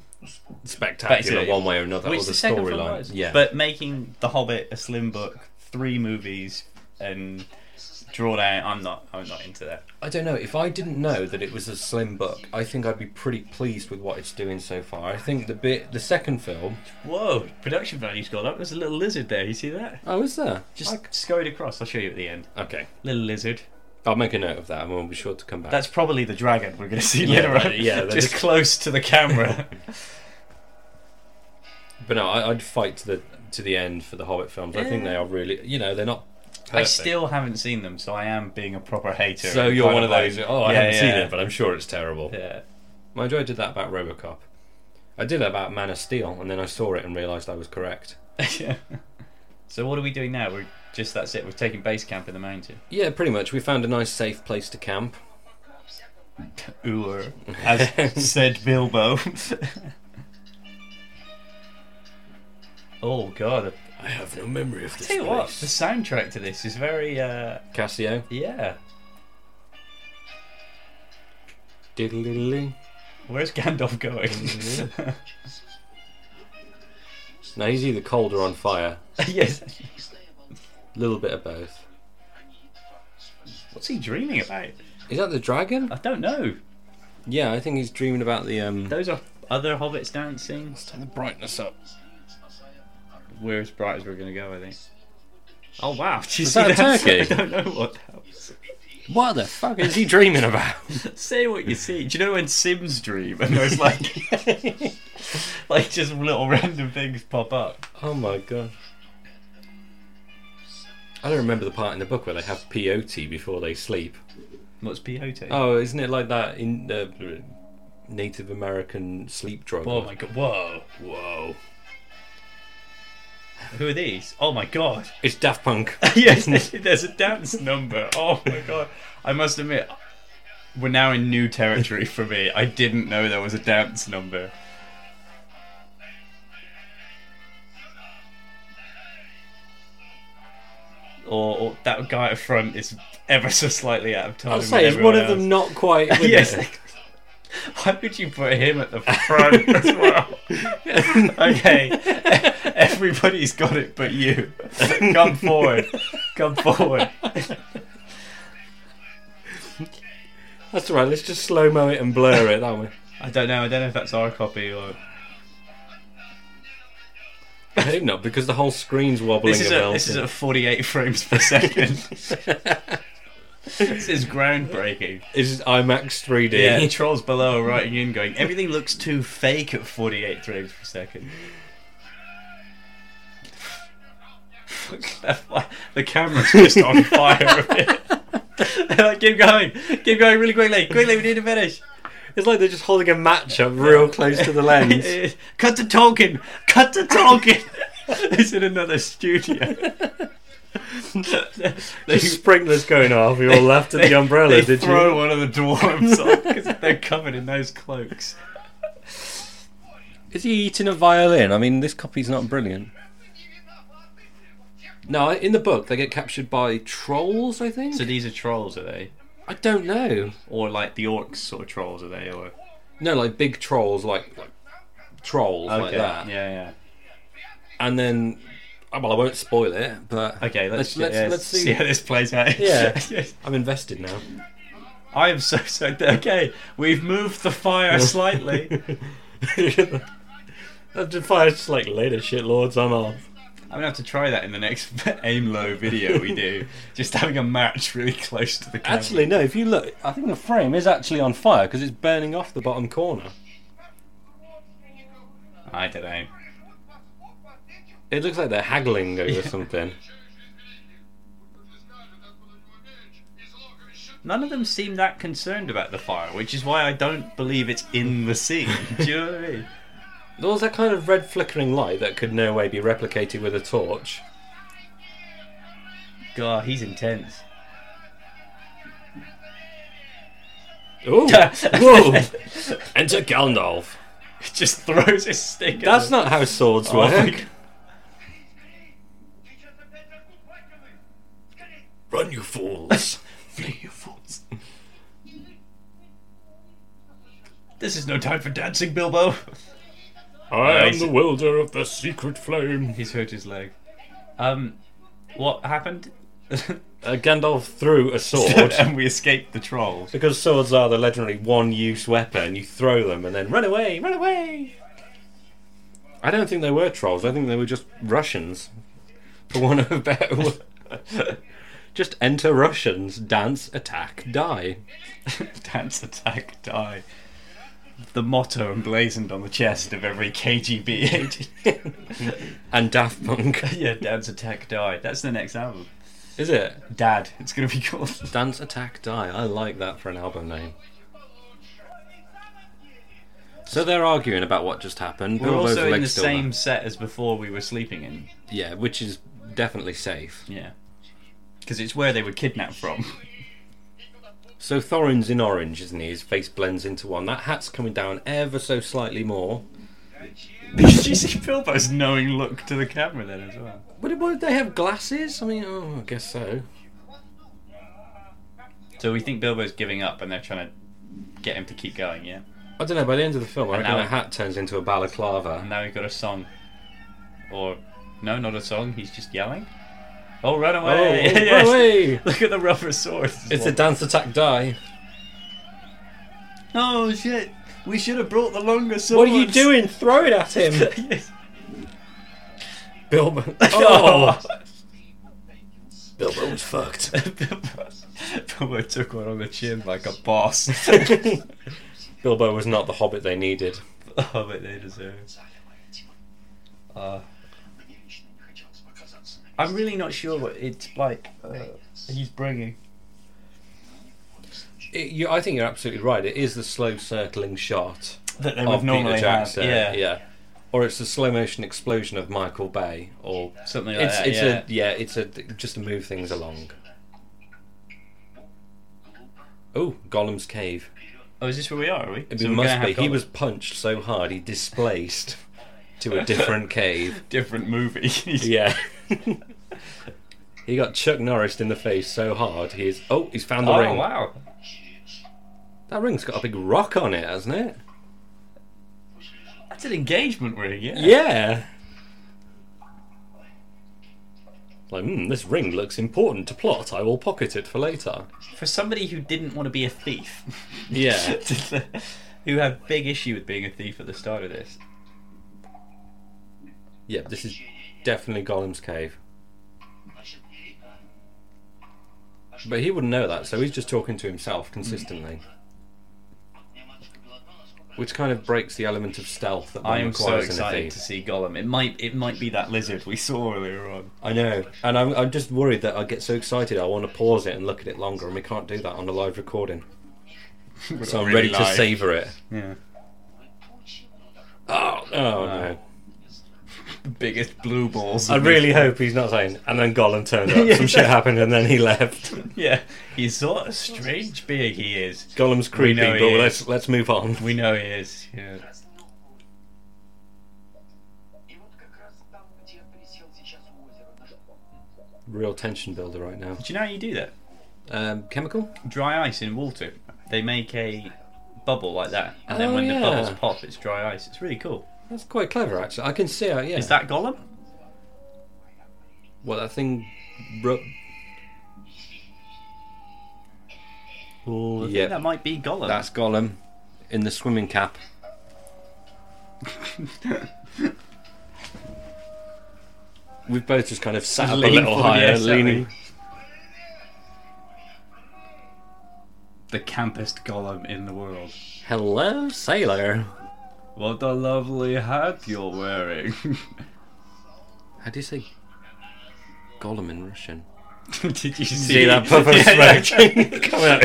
S4: spectacular,
S3: Basically,
S4: one way or another, or
S3: Which
S4: the
S3: the second film
S4: storyline.
S3: was.
S4: Yeah,
S3: But making The Hobbit a slim book, three movies, and drawn out, I'm not. I'm not into that.
S4: I don't know. If I didn't know that it was a slim book, I think I'd be pretty pleased with what it's doing so far. I think the bit, the second film.
S3: Whoa, production value's gone up. There's a little lizard there. You see that?
S4: Oh, is there?
S3: Just scurried across. I'll show you at the end.
S4: okay.
S3: Little lizard.
S4: I'll make a note of that, and we'll be sure to come back.
S3: That's probably the dragon we're going to see
S4: Yeah,
S3: later on.
S4: right, yeah, that
S3: just
S4: is-
S3: close to the camera.
S4: But no, I, I'd fight to the to the end for the Hobbit films. I think
S3: Yeah.
S4: they are really, you know, they're not.
S3: I
S4: perfect.
S3: still haven't seen them, so I am being a proper hater.
S4: So
S3: and
S4: you're
S3: kind
S4: one of those.
S3: like-
S4: Oh, I
S3: Yeah,
S4: haven't seen
S3: yeah.
S4: it, but I'm sure it's terrible.
S3: Yeah.
S4: My joy did that about RoboCop. I did that about Man of Steel, and then I saw it and realised I was correct.
S3: so what are we doing now? We're just that's it. We're taking base camp in the mountain.
S4: Yeah, pretty much. We found a nice, safe place to camp.
S3: Ooh, as said Bilbo. oh god!
S4: I have no memory of this
S3: Tell you what, the soundtrack to this is very uh
S4: Casio.
S3: yeah.
S4: Diddle-diddle-ding.
S3: Where's Gandalf going?
S4: Mm-hmm. Now he's either cold or on fire.
S3: yes.
S4: little bit of both.
S3: What's he dreaming about?
S4: Is that the dragon?
S3: I don't know.
S4: Yeah, I think he's dreaming about the um.
S3: Those are other hobbits dancing.
S4: Turn the brightness up.
S3: We're as bright as we're gonna go, I think. Oh wow! Did you
S4: Was
S3: see
S4: that a turkey?
S3: I don't know what that was.
S4: What the fuck is he dreaming about?
S3: Say what you see. Do you know when Sims dream and there's like, like just little random things pop up?
S4: Oh my god. I don't remember the part in the book where they have peyote before they sleep.
S3: What's peyote?
S4: Oh, isn't it like that in the Native American sleep drug?
S3: Oh my god! Whoa!
S4: Whoa.
S3: Who are these? Oh my god!
S4: It's Daft Punk.
S3: yes, there's a dance number. Oh my god! I must admit, we're now in new territory for me. I didn't know there was a dance number. Or, or that guy at front is ever so slightly out of time.
S4: I'll
S3: with
S4: say, is
S3: everyone
S4: one of them
S3: else.
S4: not quite. with
S3: Yes.
S4: it?
S3: Why would you put him at the front as well? okay. Everybody's got it but you. Come forward. Come forward.
S4: That's alright, let's just slow mo it and blur it that way.
S3: I don't know. I don't know if that's our copy or.
S4: I hope not, because the whole screen's wobbling
S3: This is,
S4: and
S3: at, this is
S4: melting.
S3: at 48 frames per second. this is groundbreaking.
S4: This is IMAX 3D.
S3: Yeah, trolls below are writing in going, everything looks too fake at 48 frames per second. the camera's just on fire a bit. like, keep going, keep going really quickly, quickly. We need to finish.
S4: It's like they're just holding a match up real close to the lens.
S3: cut to Tolkien, cut to Tolkien. it's in another studio. they,
S4: There's sprinklers going off. We all laughed at the umbrella,
S3: they
S4: did
S3: throw
S4: you?
S3: one of the dwarves on because they're covered in those cloaks.
S4: Is he eating a violin? I mean, this copy's not brilliant. No, in the book they get captured by trolls. I think.
S3: So these are trolls, are they?
S4: I don't know.
S3: Or like the orcs sort of trolls, are they? Or
S4: No, like big trolls, like, like trolls like
S3: Okay,
S4: that.
S3: Yeah,
S4: And then, oh, well, I won't spoil it, but
S3: yeah. Okay, let's
S4: let's,
S3: yeah,
S4: let's see.
S3: see how this plays out.
S4: Yeah. I'm invested now.
S3: I am so so okay. We've moved the fire slightly.
S4: That defies like later shitlords on off.
S3: I'm gonna have to try that in the next aim low video we do. Just having a match really close to the camera.
S4: Actually, no. If you look, I think the frame is actually on fire because it's burning off the bottom corner.
S3: I don't know.
S4: It looks like they're haggling over something.
S3: None of them seem that concerned about the fire, which is why I don't believe it's in the scene. do you know what I mean?
S4: There was that kind of red flickering light that could no way be replicated with a torch.
S3: God, he's intense.
S4: Ooh! Whoa! Enter Gandalf.
S3: He just throws his stick. at
S4: That's
S3: them.
S4: not how swords
S3: Oh my
S4: work.
S3: God.
S4: Run, you fools!
S3: Flee, you fools. This is no time for dancing, Bilbo.
S4: I
S3: am the
S4: wielder of the secret flame.
S3: He's hurt his leg. Um, what happened?
S4: Uh, Gandalf threw a sword
S3: and we escaped the trolls.
S4: because swords are the legendary one-use weapon. You throw them and then run away, run away. I don't think they were trolls. I think they were just Russians, for want of a better word. just enter Russians, dance, attack, die.
S3: Dance, attack, die. The motto emblazoned on the chest of every KGB agent.
S4: And Daft Punk.
S3: yeah, dance, attack, die. That's the next album.
S4: Is it?
S3: Dad, it's gonna be called.
S4: Dance, attack, die. I like that for an album name. So they're arguing about what just happened.
S3: We're
S4: Bilbo's
S3: also in the
S4: leg's still
S3: same set as before we were sleeping in.
S4: there. Yeah, which is definitely safe.
S3: Yeah. Because it's where they were kidnapped from.
S4: So Thorin's in orange, isn't he? His face blends into one. That hat's coming down ever so slightly more.
S3: Did you see Bilbo's knowing look to the camera then as well?
S4: Would, would they have glasses? I mean, oh, I guess so.
S3: So we think Bilbo's giving up and they're trying to get him to keep going, yeah?
S4: I don't know. By the end of the film, I reckon
S3: now-
S4: that hat turns into a balaclava.
S3: And now we've got a song. Or, no, not a song, he's just yelling. Oh, run
S4: Oh,
S3: away!
S4: oh,
S3: Yes.
S4: away!
S3: Look at the rubber sword.
S4: It's a dance attack die.
S3: Oh, shit! We should have brought the longer sword.
S4: What are you doing? Throw it at him,
S3: Yes.
S4: Bilbo. Oh, Bilbo's fucked.
S3: Bilbo took one on the chin like a boss.
S4: Bilbo was not the hobbit they needed.
S3: oh, but they deserve. it. Uh, I'm really not sure what it's like uh, he's bringing.
S4: It- you, I think you're absolutely right. It is the slow circling shot
S3: That they
S4: of Peter Jackson. yeah. Or it's the slow motion explosion of Michael Bay, or
S3: Something like
S4: it's
S3: that.
S4: it's
S3: yeah.
S4: a yeah, it's a just to move things along. Oh, Gollum's cave.
S3: Oh, is this where we are? Are we?
S4: It
S3: So we're
S4: must
S3: gonna
S4: be.
S3: have
S4: He
S3: got
S4: was punched so hard he displaced to a different cave.
S3: a different movie.
S4: Yeah. he got Chuck Norris in the face so hard he's oh he's found the
S3: Oh
S4: ring.
S3: wow!
S4: That ring's got a big rock on it, hasn't it?
S3: That's an engagement ring. Yeah.
S4: Yeah. Like, hmm, this ring looks important to plot. I will pocket it for later.
S3: For somebody who didn't want to be a thief,
S4: Yeah.
S3: who had big issue with being a thief at the start of this.
S4: yeah, this is definitely Gollum's cave. But he wouldn't know that, so he's just talking to himself consistently. which kind of breaks the element of stealth that one
S3: I am so
S4: requires in a
S3: excited
S4: thief.
S3: to see Gollum. It might it might be that lizard we saw earlier on.
S4: I know, and I'm, I'm just worried that I get so excited I want to pause it and look at it longer, and we can't do that on a live recording. so I'm
S3: really
S4: ready to
S3: live.
S4: savour it.
S3: Yeah.
S4: Oh, oh no.
S3: The biggest blue balls.
S4: I
S3: in
S4: really
S3: this-
S4: hope he's not saying. And then Gollum turned up, some shit happened, and then he left.
S3: Yeah. He's what a strange being he is.
S4: Gollum's creepy,
S3: know
S4: but
S3: he is.
S4: let's let's move on.
S3: We know he is. Yeah.
S6: И вот как раз там, где я присел сейчас у озера, наш
S4: Real tension builder right now.
S3: Do you know how you do that?
S4: Um, chemical?
S3: Dry ice in water. They make a bubble like that, and then
S4: Oh,
S3: when
S4: yeah.
S3: the bubbles pop, it's dry ice. It's really cool.
S4: That's quite clever, actually. I can see how. Yeah.
S3: Is that Gollum?
S4: Well, that thing. Ru-
S3: Well, I
S4: Yeah.
S3: think that might be Gollum.
S4: That's Gollum in the swimming cap. We've both just kind of sat
S3: Just
S4: up a
S3: lean
S4: little
S3: forward,
S4: higher,
S3: yes, haven't
S4: leaning.
S3: the campest Gollum in the world.
S4: Hello, sailor.
S3: What a lovely hat you're wearing.
S4: How do you say Gollum in Russian?
S3: Did you see,
S4: See that puff of
S3: Yeah,
S4: smoke coming out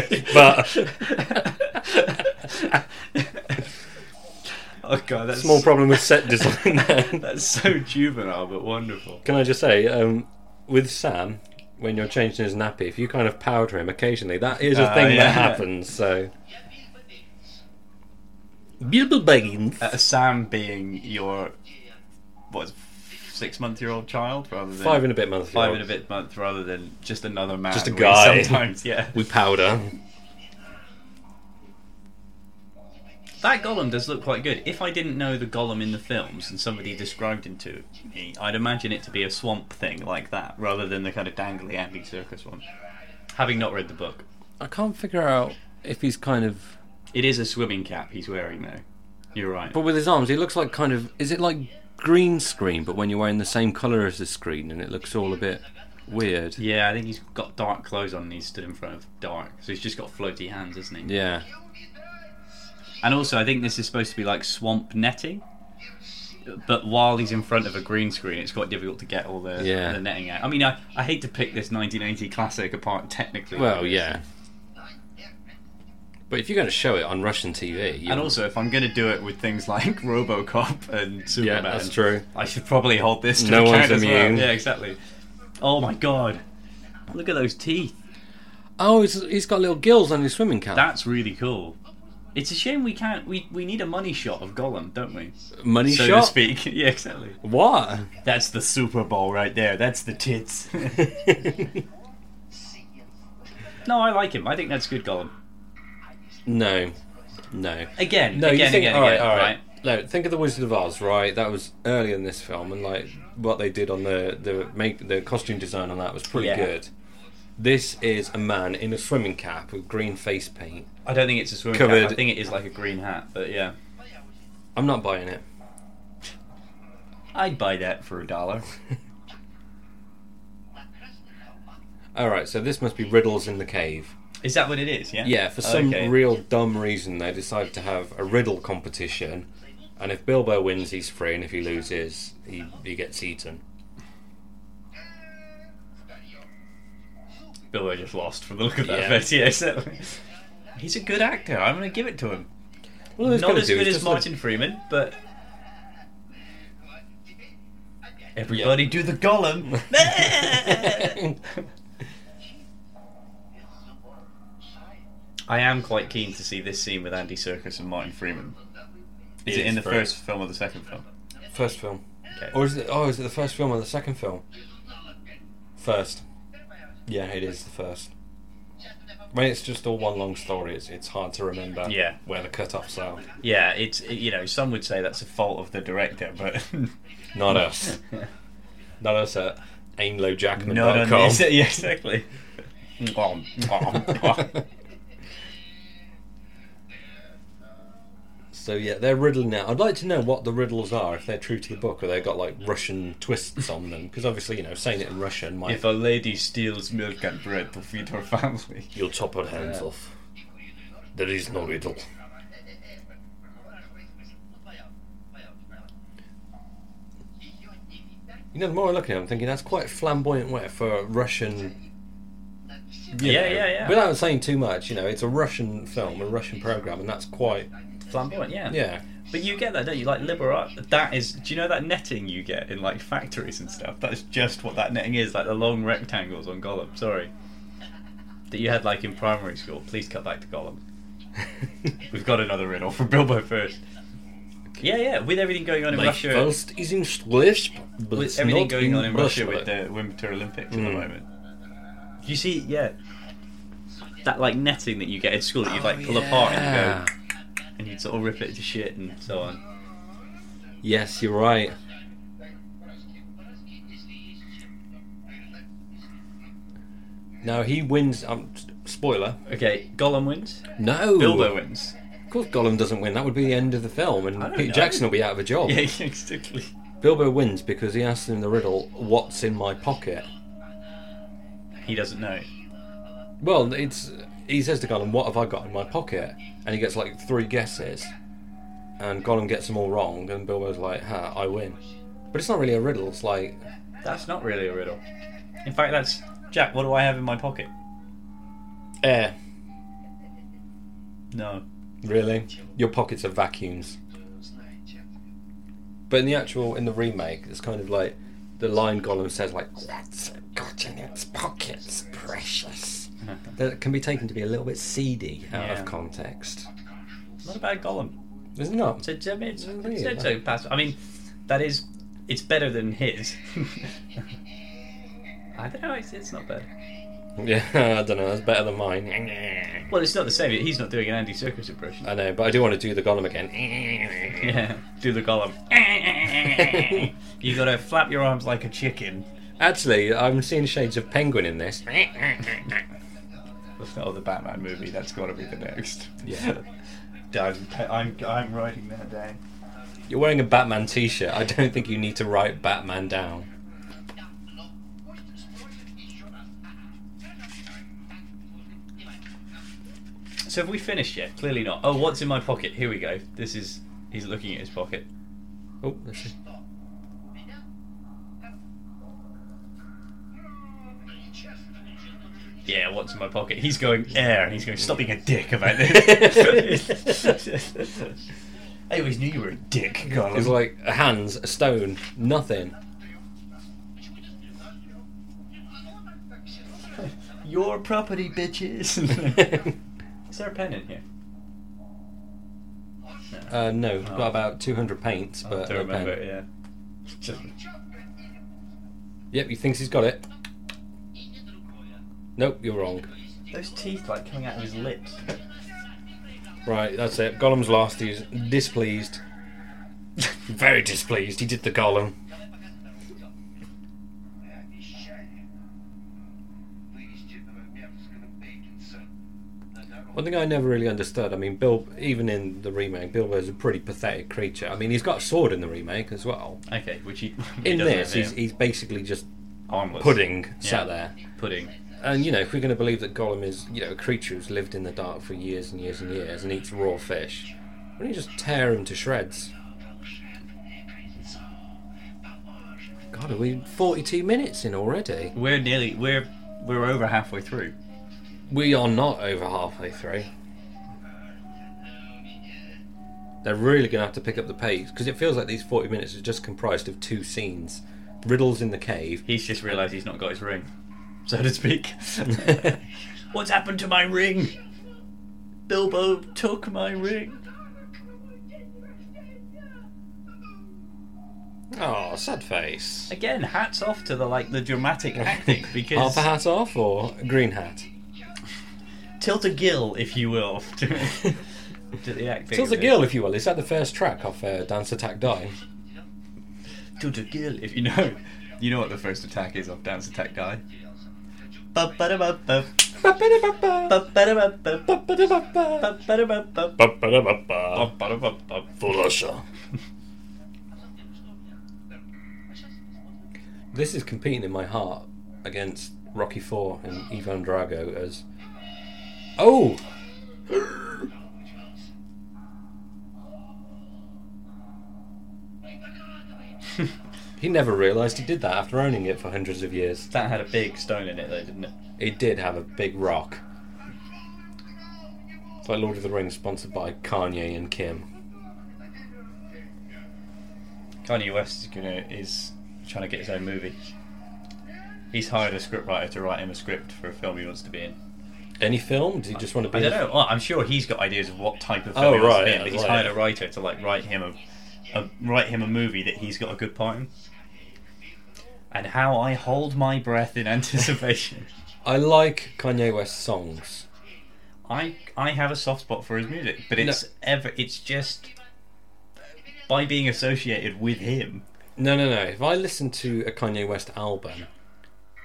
S4: of his butt?
S3: Oh god, that's
S4: Small problem with set design there.
S3: That's so juvenile but wonderful.
S4: Can I just say, um, with Sam, when you're changing his nappy, if you kind of powder him occasionally, that is a
S3: Ah,
S4: thing
S3: yeah.
S4: that happens. So. Bilbo Baggins.
S3: Uh, Sam being your what six month year old child rather than
S4: Five and a bit months.
S3: five
S4: old.
S3: and a bit month rather than just another man.
S4: Just a
S3: we
S4: guy.
S3: Sometimes, yeah.
S4: We powder.
S3: That Gollum does look quite good. If I didn't know the Gollum in the films and somebody described him to me, I'd imagine it to be a swamp thing like that rather than the kind of dangly Andy Circus one. Having not read the book,
S4: I can't figure out if he's kind of.
S3: it is a swimming cap he's wearing though. You're right.
S4: But with his arms, he looks like kind of. Is it like green screen, but when you're wearing the same colour as the screen and it looks all a bit weird?
S3: Yeah, I think he's got dark clothes on and he's stood in front of dark. So he's just got floaty hands, isn't he?
S4: Yeah.
S3: And also, I think this is supposed to be like swamp netting. But while he's in front of a green screen, it's quite difficult to get all the,
S4: Yeah.
S3: the netting out. I mean, I, I hate to pick this 1980 classic apart technically.
S4: Well, yeah. But if you're going to show it on Russian TV, you
S3: And also, if I'm going to do it with things like RoboCop and Superman,
S4: that's true.
S3: I should probably hold this to
S4: No
S3: account
S4: one's
S3: as well.
S4: immune.
S3: Yeah, exactly. Oh my god, look at those teeth.
S4: Oh, he's, he's got little gills on his swimming cap.
S3: That's really cool. It's a shame we can't. We, we need a money shot of Gollum, don't we?
S4: Money
S3: so
S4: shot.
S3: to speak. Yeah, exactly.
S4: What?
S3: That's the Super Bowl right there. That's the tits. no, I like him. I think that's good Gollum.
S4: no, no,
S3: Again,
S4: no. you
S3: again,
S4: think,
S3: again,
S4: all right,
S3: again.
S4: all right. No, think of the Wizard of Oz, right? That was early in this film, and like what they did on the the make the costume design on that was pretty
S3: Yeah.
S4: good. This is a man in a swimming cap with green face paint.
S3: I don't think it's a swimming
S4: Covered.
S3: cap. I think it is like a green hat, but yeah.
S4: I'm not buying it.
S3: I'd buy that for a dollar.
S4: All right, so this must be riddles in the cave.
S3: Is that what it is? Yeah.
S4: Yeah, for some
S3: Okay.
S4: real dumb reason, they decided to have a riddle competition, and if Bilbo wins, he's free, and if he loses, he, he gets eaten.
S3: Bilbo just lost from the look of that
S4: Yeah.
S3: face. Yeah, so he's a good actor. I'm going to give it to him.
S4: All he's
S3: Not
S4: gotta
S3: as
S4: do is
S3: good as
S4: just look-
S3: Martin Freeman, but. Everybody do the Gollum! I am quite keen to see this scene with Andy Serkis and Martin Freeman. Is
S4: It
S3: it in
S4: is
S3: the
S4: very-
S3: first film or the second film?
S4: First film.
S3: Okay.
S4: Or is it? Oh, is it the first film or the second film? First. Yeah, it is the first. When it's just all one long story, it's it's hard to remember.
S3: Yeah.
S4: Where the cut-offs are.
S3: Yeah, it's you know some would say that's a fault of the director, but
S4: Not us. Not us at aimlowjackman.com.
S3: not on this. Yeah, exactly. Mwah, mwah, mwah.
S4: so yeah, they're riddling now. I'd like to know what the riddles are if they're true to the book or they've got like Russian twists on them because obviously you know saying it in Russian might
S3: if a lady steals milk and bread to feed her family,
S4: you'll chop her hands off. There is no riddle. You know, the more I look at it, I'm thinking that's quite flamboyant wear for a Russian. you
S3: Yeah,
S4: know,
S3: yeah, yeah.
S4: Without saying too much, you know, it's a Russian film, a Russian program, and that's quite.
S3: Flamboyant, yeah.
S4: Yeah.
S3: But you get that, don't you? Like liberal that is. Do you know that netting you get in like factories and stuff? That's just what that netting is, like the long rectangles on Gollum. Sorry, that you had like in primary school. Please cut back to Gollum. We've got another riddle from Bilbo first. Yeah, yeah. With everything going on in
S4: My
S3: Russia,
S4: first is in Swiss, but
S3: with
S4: it's
S3: everything
S4: not
S3: going on in Russia, with
S4: Russia.
S3: the Winter Olympics at the
S4: Mm.
S3: moment. You see, yeah, that like netting that you get in school that you like pull apart and
S4: Ah.
S3: you go and you sort of rip it to shit and so on.
S4: Yes, you're right. Now he wins. Um, s- spoiler.
S3: Okay, Gollum wins.
S4: No.
S3: Bilbo wins.
S4: Of course, Gollum doesn't win. That would be the end of the film, and
S3: I don't
S4: Peter
S3: know.
S4: Jackson will be out of a job.
S3: Yeah, exactly.
S4: Bilbo wins because he asks him the riddle, "What's in my pocket?"
S3: He doesn't know.
S4: Well, it's he says to Gollum, "What have I got in my pocket?" And he gets like three guesses, and Gollum gets them all wrong, and Bilbo's like, "Ha, I win." But it's not really a riddle. It's like,
S3: That's not really a riddle. In fact, that's Jack. What do I have in my pocket?
S4: air.
S3: No.
S4: Really? Your pockets are vacuums. But in the actual, in the remake, it's kind of like the line Gollum says, like, "That's got in its pockets, precious." That can be taken to be a little bit seedy out
S3: Yeah.
S4: of context,
S3: Not about Gollum.
S4: is it not?
S3: So it's, I mean, it's,
S4: Mm,
S3: it's,
S4: yeah.
S3: it's so passive. I mean, that is. It's better than his. I don't know. It's, it's not bad.
S4: Yeah, I don't know. That's better than mine.
S3: Well, it's not the same. He's not doing an Andy Circus impression.
S4: I know, but I do want to do the Gollum again.
S3: yeah. Do the Gollum. you gotta flap your arms like a chicken.
S4: Actually, I'm seeing shades of penguin in this.
S3: That's not the Batman movie. That's gotta be the next. Yeah. I'm, I'm, I'm writing that down.
S4: You're wearing a Batman t-shirt. I don't think you need to write Batman down.
S3: So have we finished yet? Clearly not. Oh, what's in my pocket? Here we go. This is. He's looking at his pocket.
S4: Oh, let's see.
S3: Yeah, what's in my pocket? He's going air, and he's going. Stop being a dick about this. I always knew you were a dick, Gollum.
S4: It's like a hands, a stone, nothing.
S3: your property, bitches. is there a pen in here?
S4: uh, no, we've got about 200 paints, but
S3: to
S4: no
S3: Oh. remember,
S4: Uh, pen.
S3: it, yeah.
S4: Yep, he thinks he's got it. Nope, you're wrong.
S3: Those teeth like coming out of his lips.
S4: Right, that's it. Gollum's lost. He's displeased. Very displeased. He did the Gollum.
S5: Обещание вывести этого мерзкого Бейкинса на дорогу.
S4: One thing I never really understood. I mean, Bill, even in the remake, Bilbo's a pretty pathetic creature. I mean, he's got a sword in the remake as well.
S3: Okay, which he he
S4: In
S3: doesn't
S4: this,
S3: have
S4: he's,
S3: here.
S4: he's basically just
S3: Armless.
S4: pudding
S3: Yeah.
S4: sat there.
S3: Pudding.
S4: And you know, if we're going to believe that Gollum is, you know, a creature who's lived in the dark for years and years and years and eats raw fish, why don't you just tear him to shreds? God, are we 42 minutes in already?
S3: We're nearly. We're we're over halfway through.
S4: We are not over halfway through. They're really going to have to pick up the pace because it feels like these 40 minutes is just comprised of two scenes riddles in the cave.
S3: He's just realised he's not got his ring, so to speak. What's happened to my ring? Bilbo took my ring.
S4: oh, sad face.
S3: Again, hats off to the like the dramatic acting because
S4: Half a hat off or a green hat?
S3: tilt a gill, if you will, to, to the acting.
S4: Tills a Gill, if you will. Is that the first track off uh, Dance Attack Die?
S3: Tilt a gill, if you know. You know what the first attack is of Dance Attack Die. Ba-ba-da-ba-ba,
S4: Ba-ba-da-ba-ba,
S3: ba-ba-da-ba-ba,
S4: ba-ba-da-ba-ba,
S3: ba-ba-da-ba-ba,
S4: ba-ba-da-ba-ba,
S3: ba-ba-da-ba-ba.
S4: Foolisher. This is competing in my heart against Rocky Four and Ivan Drago as. Oh! He never realised he did that after owning it for hundreds of years.
S3: That had a big stone in it, though, didn't it?
S4: It did have a big rock. It's like Lord of the Rings, sponsored by Kanye and Kim.
S3: Kanye West is gonna is trying to get his own movie. He's hired a scriptwriter to write him a script for a film he wants to be in.
S4: Any film? Does he just want to
S3: I
S4: be?
S3: don't know. Well, I'm sure he's got ideas of what type of film
S4: Oh,
S3: he wants to be
S4: right,
S3: in, but
S4: yeah,
S3: he's
S4: right.
S3: hired a writer to like write him a, a write him a movie that he's got a good part in. And how I hold my breath in anticipation.
S4: I like Kanye West songs.
S3: I I have a soft spot for his music, but it's
S4: No.
S3: ever it's just by being associated with him.
S4: No, no, no. If I listen to a Kanye West album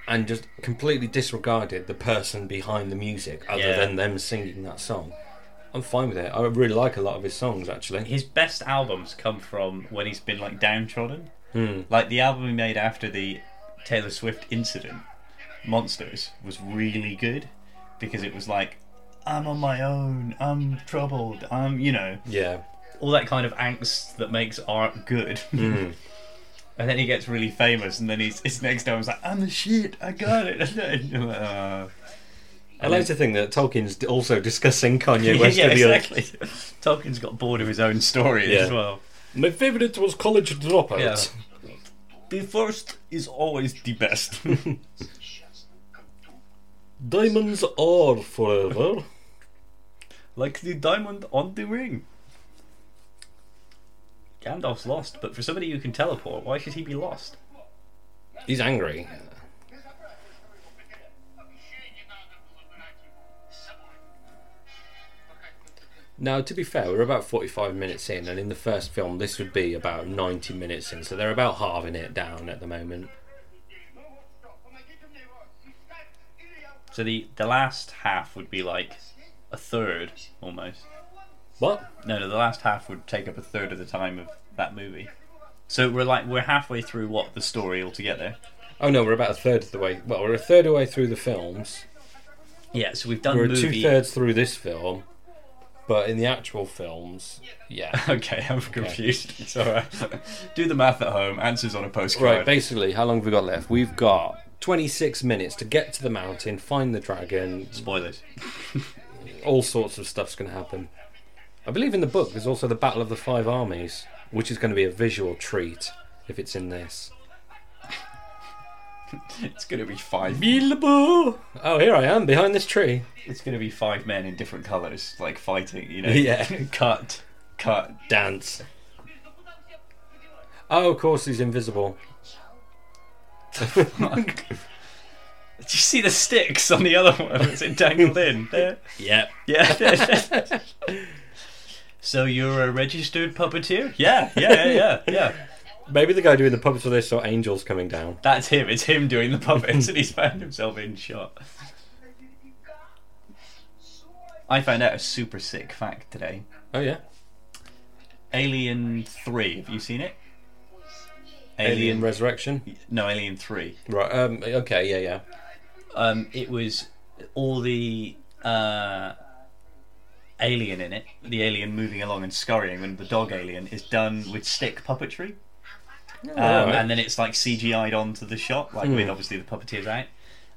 S4: and just completely disregarded the person behind the music, other
S3: Yeah.
S4: than them singing that song, I'm fine with it. I really like a lot of his songs, actually.
S3: His best albums come from when he's been like downtrodden.
S4: Hmm.
S3: Like the album he made after the Taylor Swift incident, Monsters, was really good because it was like I'm on my own, I'm troubled, I'm you know,
S4: Yeah,
S3: all that kind of angst that makes art good.
S4: Hmm.
S3: and then he gets really famous, and then he's, his next album's like, I'm the shit, I got it. And you're like, "Ah."
S4: I like to think that Tolkien's d- also discussing Kanye West.
S3: yeah,
S4: with the other-
S3: exactly. Tolkien's got bored of his own story as
S4: Yeah.
S3: well.
S4: My favourite was College Dropout.
S3: The first is always the best.
S4: Diamonds are forever.
S3: like the diamond on the ring. Gandalf's lost, but for somebody who can teleport, why should he be lost?
S4: He's angry.
S5: Обещание надо было брать его с собой. Пока
S4: Now, to be fair, we're about 45 minutes in, and in the first film, this would be about 90 minutes in, so they're about halving it down at the moment.
S5: Ну вот что, помогите мне его искать, или я
S3: So the, the last half would be like a third almost.
S4: What?
S3: No, no, the last half would take up a third of the time of that movie. So we're like we're halfway through what the story altogether.
S4: Oh no, we're about a third of the way. Well, we're a third of the way through the films.
S3: Yeah, so we've done
S4: We're two
S3: movie.
S4: thirds through this film, but in the actual films, yeah.
S3: Okay, I'm confused. It's alright. Do the math at home. Answers on a postcard.
S4: Right, basically, how long have we got left? We've got 26 minutes to get to the mountain, find the dragon,
S3: Spoilers.
S4: all sorts of stuff's going to happen. I believe in the book there's also the Battle of the Five Armies, which is going to be a visual treat if it's in this.
S3: It's gonna be five.
S4: Bilbo! Oh, here I am behind this tree.
S3: It's gonna be five men in different colours, like fighting. You know.
S4: Yeah.
S3: cut. Cut.
S4: Dance. Oh, of course, he's invisible.
S3: Fuck. Did you see the sticks on the other one? It's entangled in there.
S4: Yep.
S3: Yeah. so you're a registered puppeteer? Yeah, yeah, yeah, yeah, yeah.
S4: Maybe the guy doing the puppets for this saw angels coming down.
S3: That's him. It's him doing the puppets, and he's found himself in shot. I found out a super sick fact today.
S4: Oh, yeah.
S3: Alien Three. Have you seen it?
S4: Alien Resurrection.
S3: no, Alien Three.
S4: Right, um, okay, yeah, yeah.
S3: um, it was all the uh, alien in it, the alien moving along and scurrying, and the dog alien is done with stick puppetry. Um,
S4: Alright.
S3: And then it's like CGI'd onto the shot, like with obviously the puppeteers out,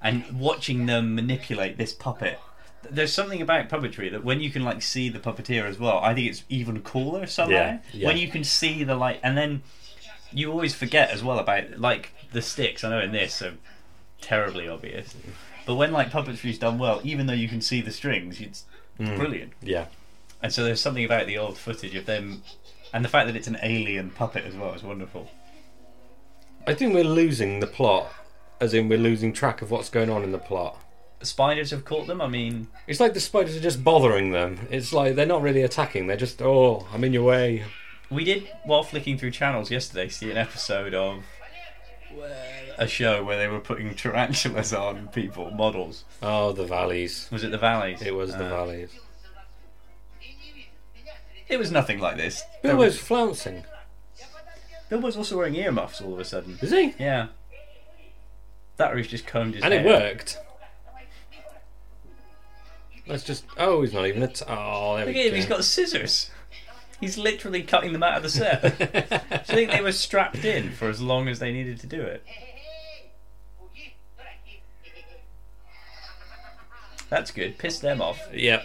S3: and watching them manipulate this puppet. There's something about puppetry that when you can like see the puppeteer as well, I think it's even cooler somehow.
S4: Yeah, yeah.
S3: When you can see the like, and then you always forget as well about like the sticks. I know in this, so terribly obvious. But when like puppetry's done well, even though you can see the strings, it's
S4: Mm.
S3: brilliant.
S4: Yeah.
S3: And so there's something about the old footage of them, and the fact that it's an alien puppet as well is wonderful.
S4: I think we're losing the plot, as in, we're losing track of what's going on in the plot.
S3: Spiders have caught them. I mean,
S4: It's like the spiders are just bothering them. It's like they're not really attacking. They're just, oh, I'm in your way.
S3: we did while flicking through channels yesterday see an episode of uh, a show where they were putting tarantulas on people models.
S4: Oh, the valleys.
S3: Was it the valleys?
S4: It was the
S3: Uh,
S4: valleys.
S3: It was nothing like this.
S4: Bill was flouncing.
S3: Bill was also wearing earmuffs all of a sudden.
S4: Is he?
S3: Yeah. That or he's just combed his
S4: And it
S3: hair.
S4: worked. Let's just. Oh, he's not even a. T- oh, there
S3: Look
S4: we
S3: at him,
S4: go.
S3: he's got scissors. He's literally cutting them out of the set. Do you think they were strapped in for as long as they needed to do it? That's good. Piss them off.
S4: Yep.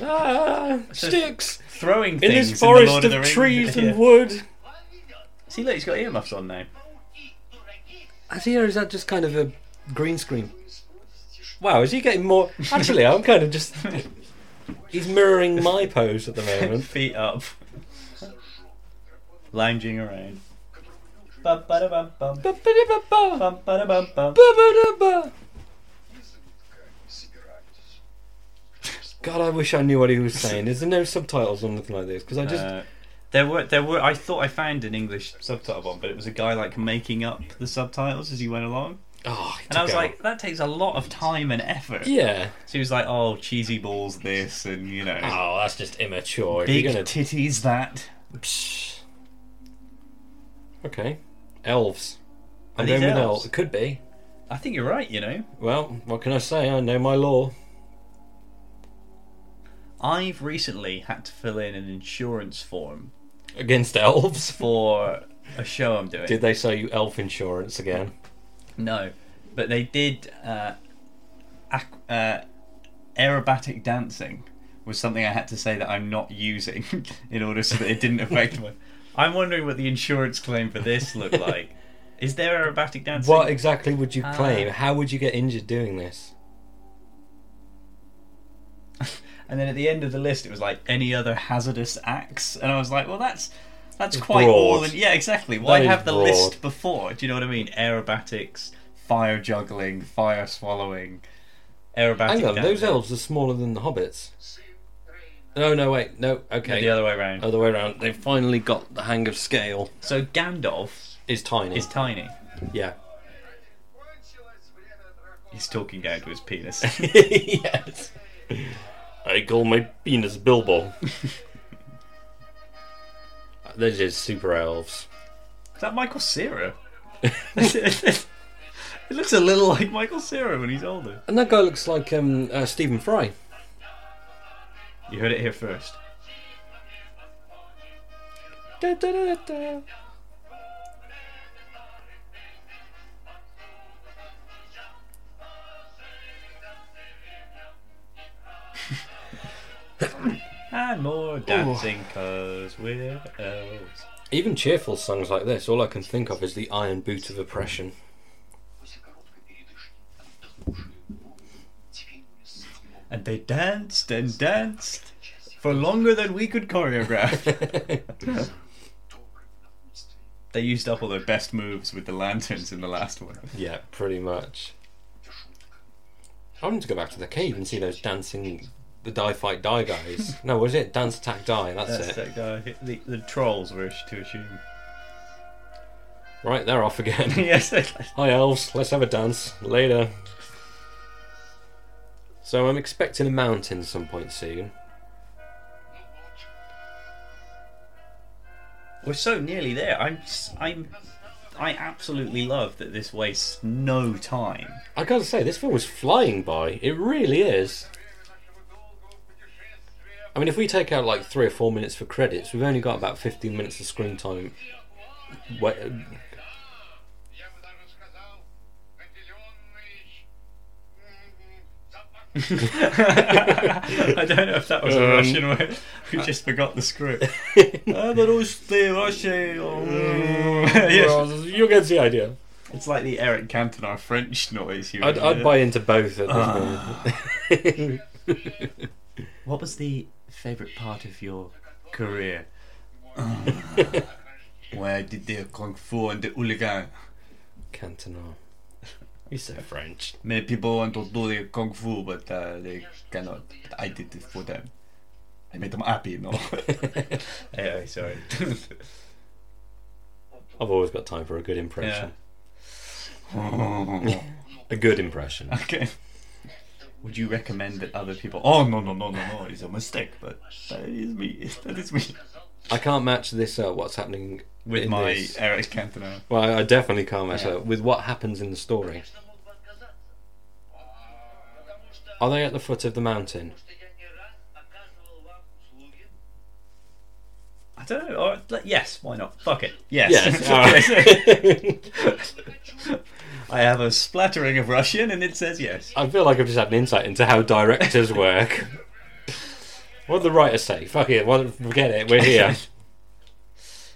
S4: Ah, sticks
S3: Throwing
S4: in
S3: things
S4: this
S3: in the Lord
S4: forest
S3: the
S4: of
S3: Rings.
S4: trees
S3: Yeah.
S4: and wood.
S3: See, look, he's got earmuffs on now.
S4: Is he, or is that just kind of a green screen? Wow, is he getting more? Actually, I'm kind of just. He's mirroring my pose at the moment.
S3: Feet up. Lounging around. Ba-ba-da-bum-bum.
S4: Ba-ba-da-ba-ba,
S3: Bum-ba-da-bum-bum.
S4: ba-ba-da-ba. God, I wish I knew what he was saying. There's no subtitles or nothing like this because I just.
S3: Uh, there were there were I thought I found an English subtitle one, but it was a guy like making up the subtitles as he went along,
S4: oh, he
S3: and I
S4: took
S3: was
S4: it
S3: like,
S4: out.
S3: that takes a lot of time and effort.
S4: yeah.
S3: So he was like, oh, cheesy balls this, and you know,
S4: Oh, that's just immature. If
S3: big
S4: you're gonna
S3: titties that.
S4: Psh. Okay. Elves.
S3: Are
S4: I'm
S3: these
S4: going with
S3: elves?
S4: elves. It could be.
S3: I think you're right. You know,
S4: Well, what can I say? I know my law.
S3: I've recently had to fill in an insurance form
S4: Against elves.
S3: for a show I'm doing.
S4: Did they sell you elf insurance again?
S3: No, but they did. Uh, ac- uh, aerobatic dancing was something I had to say that I'm not using in order so that it didn't affect my. I'm wondering what the insurance claim for this looked like. Is there aerobatic dancing?
S4: What exactly would you
S3: Ah.
S4: claim? How would you get injured doing this?
S3: And then at the end of the list, it was like any other hazardous acts, and I was like, well, that's that's quite
S4: broad.
S3: all. And yeah, exactly. Why
S4: is
S3: have the
S4: broad.
S3: list before? Do you know what I mean? Aerobatics, fire juggling, fire swallowing, aerobatic.
S4: Hang on,
S3: dancing.
S4: those elves are smaller than the hobbits. No, no, wait, no. Okay,
S3: The other way around.
S4: other way around. They finally got the hang of scale.
S3: So Gandalf
S4: Is tiny.
S3: is tiny.
S4: yeah.
S3: He's talking down to his penis.
S4: yes. I call my penis Bilbo. They're just super elves.
S3: Is that Michael Cera? it looks a little like Michael Cera when he's older.
S4: And that guy looks like um, uh, Stephen Fry.
S3: You heard it here first.
S4: Da, da, da, da, da.
S3: And more dancing cause we're elves.
S4: Even cheerful songs like this, all I can think of is the Iron Boot of Oppression.
S5: После короткой передышки отдохнувшие волны теперь сыпали
S3: And they danced and danced for longer than we could choreograph.
S5: добрым напутствием.
S3: they used up all their best moves with the lanterns in the last one.
S4: yeah, pretty much. I want to go back to the cave and see those dancing, the die fight die guys. no, was it dance attack die? That's,
S3: That's
S4: it.
S3: that guy. The, the trolls were to assume.
S4: Right, they're off again.
S3: yes, they-
S4: Hi elves, let's have a dance later. So I'm expecting a mountain some point soon.
S3: We're so nearly there. I'm, s- I'm, I absolutely love that this wastes no time.
S4: I gotta say, this film was flying by. It really is. I mean, if we take out like three or four minutes for credits, we've only got about 15 minutes of screen time. Wait,
S5: Я бы даже сказал, наделенный м, запахом
S3: I don't know if that was a
S4: Um, uh,
S3: Russian word. We just forgot the script. Yes.
S4: Mm, Well, you get the idea.
S3: It's like the Eric Cantona French noise. You
S4: I'd, I'd buy into both at this point.
S3: Ah. What was the favourite part of your career? Ah, Where I did the kung fu and the hooligan.
S4: Cantonal. He's so French.
S3: Many people want to do the kung fu, but uh, they cannot. I did it for them. I made them happy, no? anyway, sorry.
S4: I've always got time for a good impression.
S3: okay.
S4: A good impression.
S3: Would you recommend that other people? Oh no no no no no! It's a mistake, but that is me. That is me.
S4: I can't match this. Uh, what's happening
S3: With
S4: in
S3: my
S4: this.
S3: Eric Cantona.
S4: Well, I definitely can't match
S3: Yeah.
S4: that with what happens in the story.
S5: конечно, мог бы отказаться. А, Потому что
S4: Are they at the foot of the mountain?
S7: что я не раз оказывал вам услуги.
S3: I don't know. Or, like, yes, why not? Fuck it. Yes.
S4: Yes.
S3: I have a splattering of Russian, and it says yes.
S4: I feel like I've just had an insight into how directors work. what did the writer say? Fuck it, well, forget it, we're here.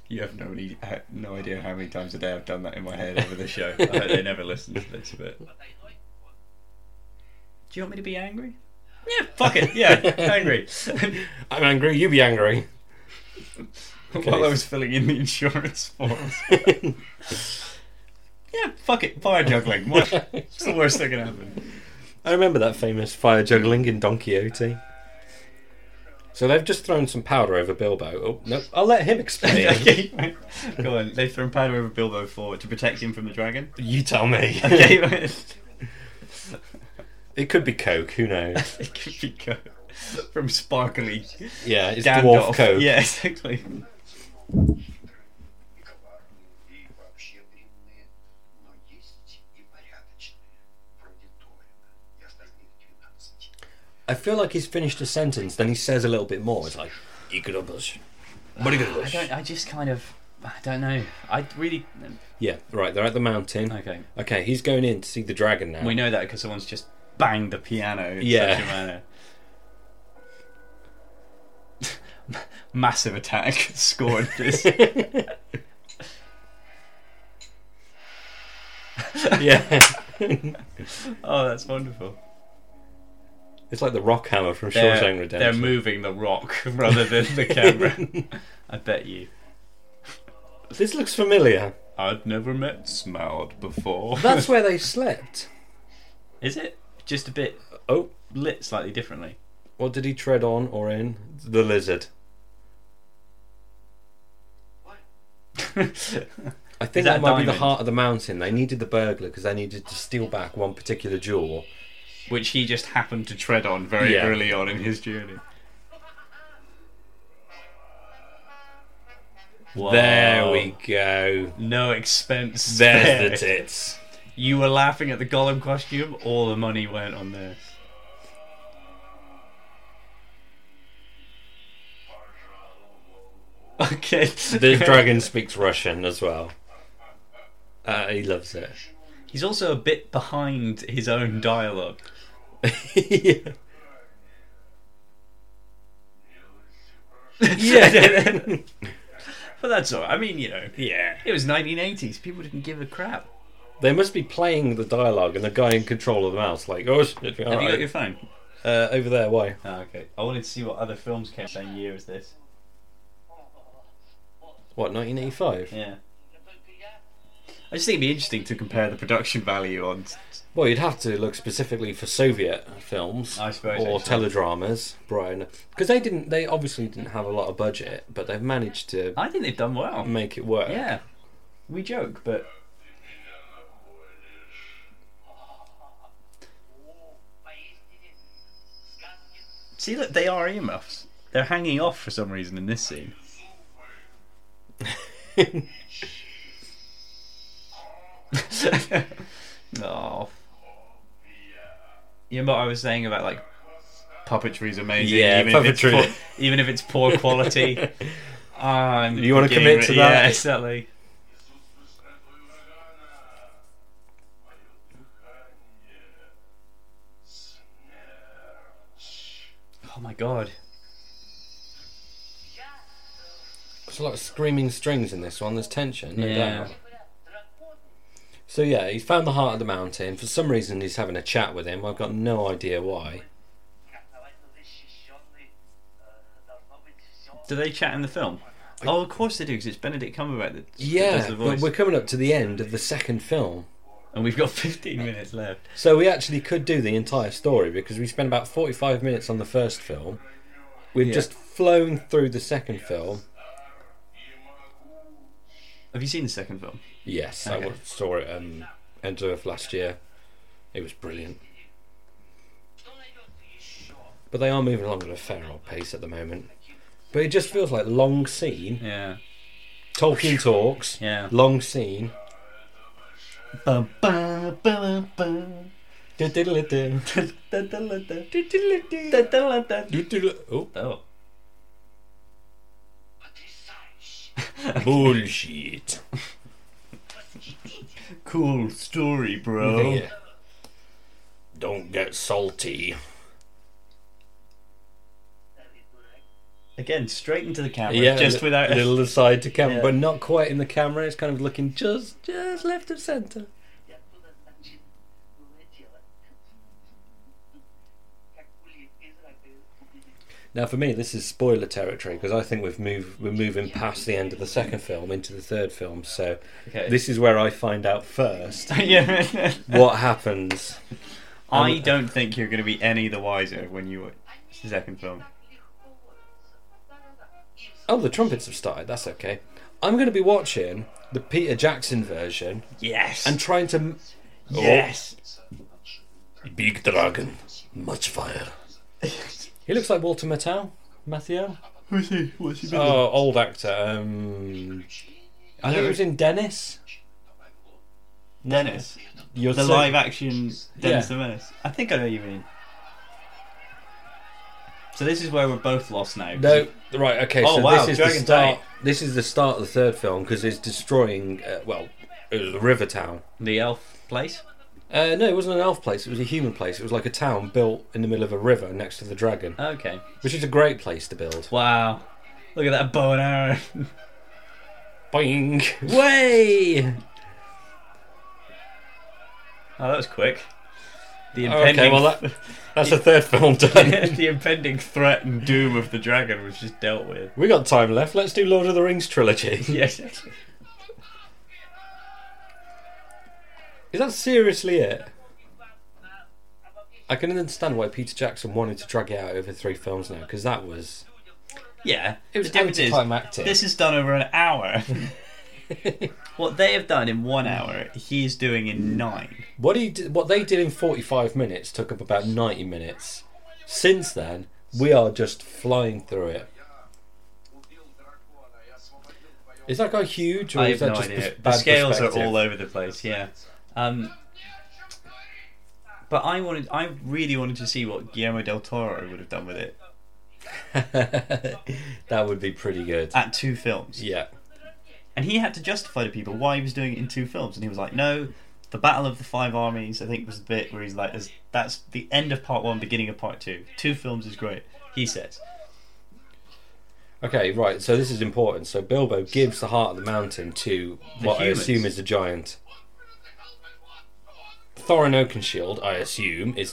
S3: You have no any, ha- no idea how many times a day I've done that in my head over the show. I hope they never listen to this. But
S7: Потайной
S3: do
S7: ход.
S3: you want me to be angry? Yeah, fuck it. Yeah, angry.
S4: I'm angry, you be angry.
S3: While I was filling in the insurance forms. yeah, fuck it. Fire juggling. What? It's the worst that can happen.
S4: I remember that famous fire juggling in Don Quixote. So they've just thrown some powder over Bilbo. Oh, no, I'll let him explain.
S3: okay, right. go on. They've thrown powder over Bilbo for to protect him from the dragon.
S4: You tell me.
S3: Okay, right.
S4: It could be Coke, who knows?
S3: it could be go from sparkly
S4: Yeah, it's
S3: Gandalf.
S4: dwarf Coke.
S3: Yeah, exactly.
S5: и коварные, и вообще длинные, но есть и порядочные, вроде Торина и остальных двенадцати.
S4: I feel like he's finished a sentence, then he says a little bit more. It's like, Icarobus.
S3: I
S4: Icarobus.
S3: don't. I just kind of. I don't know. I really.
S4: Yeah, right, they're at the mountain.
S3: Okay.
S4: Okay, he's going in to see the dragon now.
S3: We know that because someone's just banged the piano in
S4: Yeah.
S3: such a manner. Massive attack scored this.
S4: yeah.
S3: oh, that's wonderful.
S4: it's like the rock hammer from
S3: They're,
S4: Shawshank
S3: they're
S4: Redemption.
S3: moving the rock rather than the camera. I bet you.
S4: this looks familiar.
S3: I'd never met Smaug before.
S4: That's where they slept.
S3: Is it just a bit
S4: Oh,
S3: lit slightly differently?
S4: what did he tread on or in? The lizard. I think
S3: that a
S4: that, might be the
S3: diamond?
S4: heart of the mountain. They needed the burglar because they needed to steal back one particular jewel.
S3: Which he just happened to tread on very
S4: Yeah.
S3: early on in his journey.
S4: There
S3: Wow.
S4: we go.
S3: No expense. spared.
S4: There's the tits.
S3: You were laughing at the Gollum costume. All the money went on this. Okay.
S4: The dragon speaks Russian as well. Uh, he loves it.
S3: He's also a bit behind his own dialogue.
S4: yeah. yeah.
S3: But that's all. right. I mean, you know,
S4: yeah.
S3: it was 1980s. People didn't give a crap.
S4: They must be playing the dialogue and the guy in control of the mouse, like, oh, shit, all
S3: Have you
S4: right.
S3: got your phone?
S4: uh, over there, why?
S3: Ah, okay. I wanted to see what other films came out the same year as this.
S4: What, 1985?
S3: Yeah.
S7: Да только я
S3: I just think it'd be interesting to compare the production value on.
S4: Well, you'd have to look specifically for Soviet films,
S3: I suppose,
S4: or
S3: actually.
S4: teledramas, Brian, because they didn't. They obviously didn't have a lot of budget, but they've managed to
S3: I think they've done well.
S4: make it work.
S3: Yeah. We joke, but
S7: поистине сказки
S3: See, look, they are earmuffs. They're hanging off for some reason in this scene. oh. You know what I was saying about like puppetry is amazing.
S4: Yeah,
S3: even If
S4: puppetry.
S3: it's poor, even if it's poor quality. Um,
S4: You
S3: beginning
S4: wanna commit
S3: with-
S4: to
S3: Yeah,
S4: that?
S3: exactly. Oh my god.
S4: There's a lot of screaming strings in this one. There's tension. no
S3: Yeah.
S4: doubt. So yeah, he's found the heart of the mountain. For some reason, he's having a chat with him. I've got no idea why.
S7: как давайте защищенный э, должно быть все.
S3: Do they chat in the film? Oh, of course they do, because it's Benedict Cumberbatch that, that does
S4: Yeah,
S3: the
S4: but
S3: voice.
S4: we're coming up to the end of the second film.
S3: And we've got 15 minutes left.
S4: So we actually could do the entire story because we spent about 45 minutes on the first film. We've
S3: Yeah.
S4: just flown through the second film.
S3: Have you seen the second film?
S4: Yes, I
S3: Okay.
S4: wa- saw it um, end of last year. It was brilliant.
S7: Что найдется еще?
S4: But they are moving along at a fair old pace at the moment. But it just feels like long scene.
S3: Yeah.
S4: Tolkien talks.
S3: Yeah.
S4: Long scene.
S3: Bum, bum, bum, bum.
S4: Oh,
S3: Oh,
S5: Потрясающе!
S4: bullshit.
S5: Восхитительно!
S3: cool story, bro.
S4: Yeah. Don't get salty.
S3: Again, straight into the camera,
S4: Yeah,
S3: just
S4: li-
S3: without
S4: little aside to camera,
S3: Yeah.
S4: but not quite in the camera. It's kind of looking just just left of center.
S7: И оттуда, значит, улетела. Как улитка из раковины.
S4: Now, for me, this is spoiler territory because I think we've moved we're moving past the end of the second film into the third film. So
S3: Okay.
S4: this is where I find out first
S3: yeah.
S4: what happens.
S3: I
S4: Um,
S3: don't think you're going to be any the wiser when you watch the second film.
S4: Oh, the trumpets have started. That's okay. I'm going to be watching the Peter Jackson version
S3: Yes.
S4: and trying to m- Oh.
S3: yes.
S4: big dragon, much fire. he looks like Walter Matthau. Matthew?
S3: Who's he? What's he been?
S4: Oh, old actor. Um, I think he was in Dennis.
S3: Dennis.
S4: You're
S3: The
S4: so-
S3: live action
S4: Yeah.
S3: Dennis the Menace. I think I know what you mean. So this is where we're both lost now.
S4: No, right. Okay.
S3: Oh,
S4: so
S3: wow,
S4: this is
S3: Dragon
S4: the start.
S3: Day.
S4: This is the start of the third film because it's destroying. Uh, well, it was the river town.
S3: The elf place?
S4: Uh, no, it wasn't an elf place. It was a human place. It was like a town built in the middle of a river next to the dragon,
S3: Okay.
S4: which is a great place to build.
S3: Wow. Look at that bow and arrow.
S4: Boing! Way.
S3: Oh, that was quick. The impending,
S4: Okay. Well, that, that's the third film done.
S3: the impending threat and doom of the dragon was just dealt with.
S4: we got time left. Let's do Lord of the Rings trilogy.
S3: Yes.
S4: Is that seriously it? I can understand why Peter Jackson wanted to drag it out over three films now because that was
S3: Yeah.
S4: it was
S3: the difference is,
S4: anticlimactic.
S3: This is done over an hour. what they have done in one hour, he is doing in nine.
S4: What he did, what they did in 45 minutes took up about 90 minutes. Since then, we are just flying through it.
S5: Убил дракона, я освободил твое...
S4: Is that guy huge, or
S3: I have
S4: is
S3: no
S4: that just
S3: idea.
S4: pers-
S3: The
S4: bad
S3: scales are
S4: perspective?
S3: all over the place. Yeah. Um, but I wanted, I really wanted to see what Guillermo del Toro would have done with it
S4: that would be pretty good.
S3: at two films.
S4: yeah,
S3: And he had to justify to people why he was doing it in two films, and he was like, "No, the Battle of the Five Armies, I think, was the bit where he's like, there's- that's the end of part one, beginning of part two. Two films is great." He says.
S4: Okay, right. So this is important. So Bilbo gives the heart of the mountain to what
S3: humans.
S4: I assume is a giant. Thorin Oakenshield, I assume, is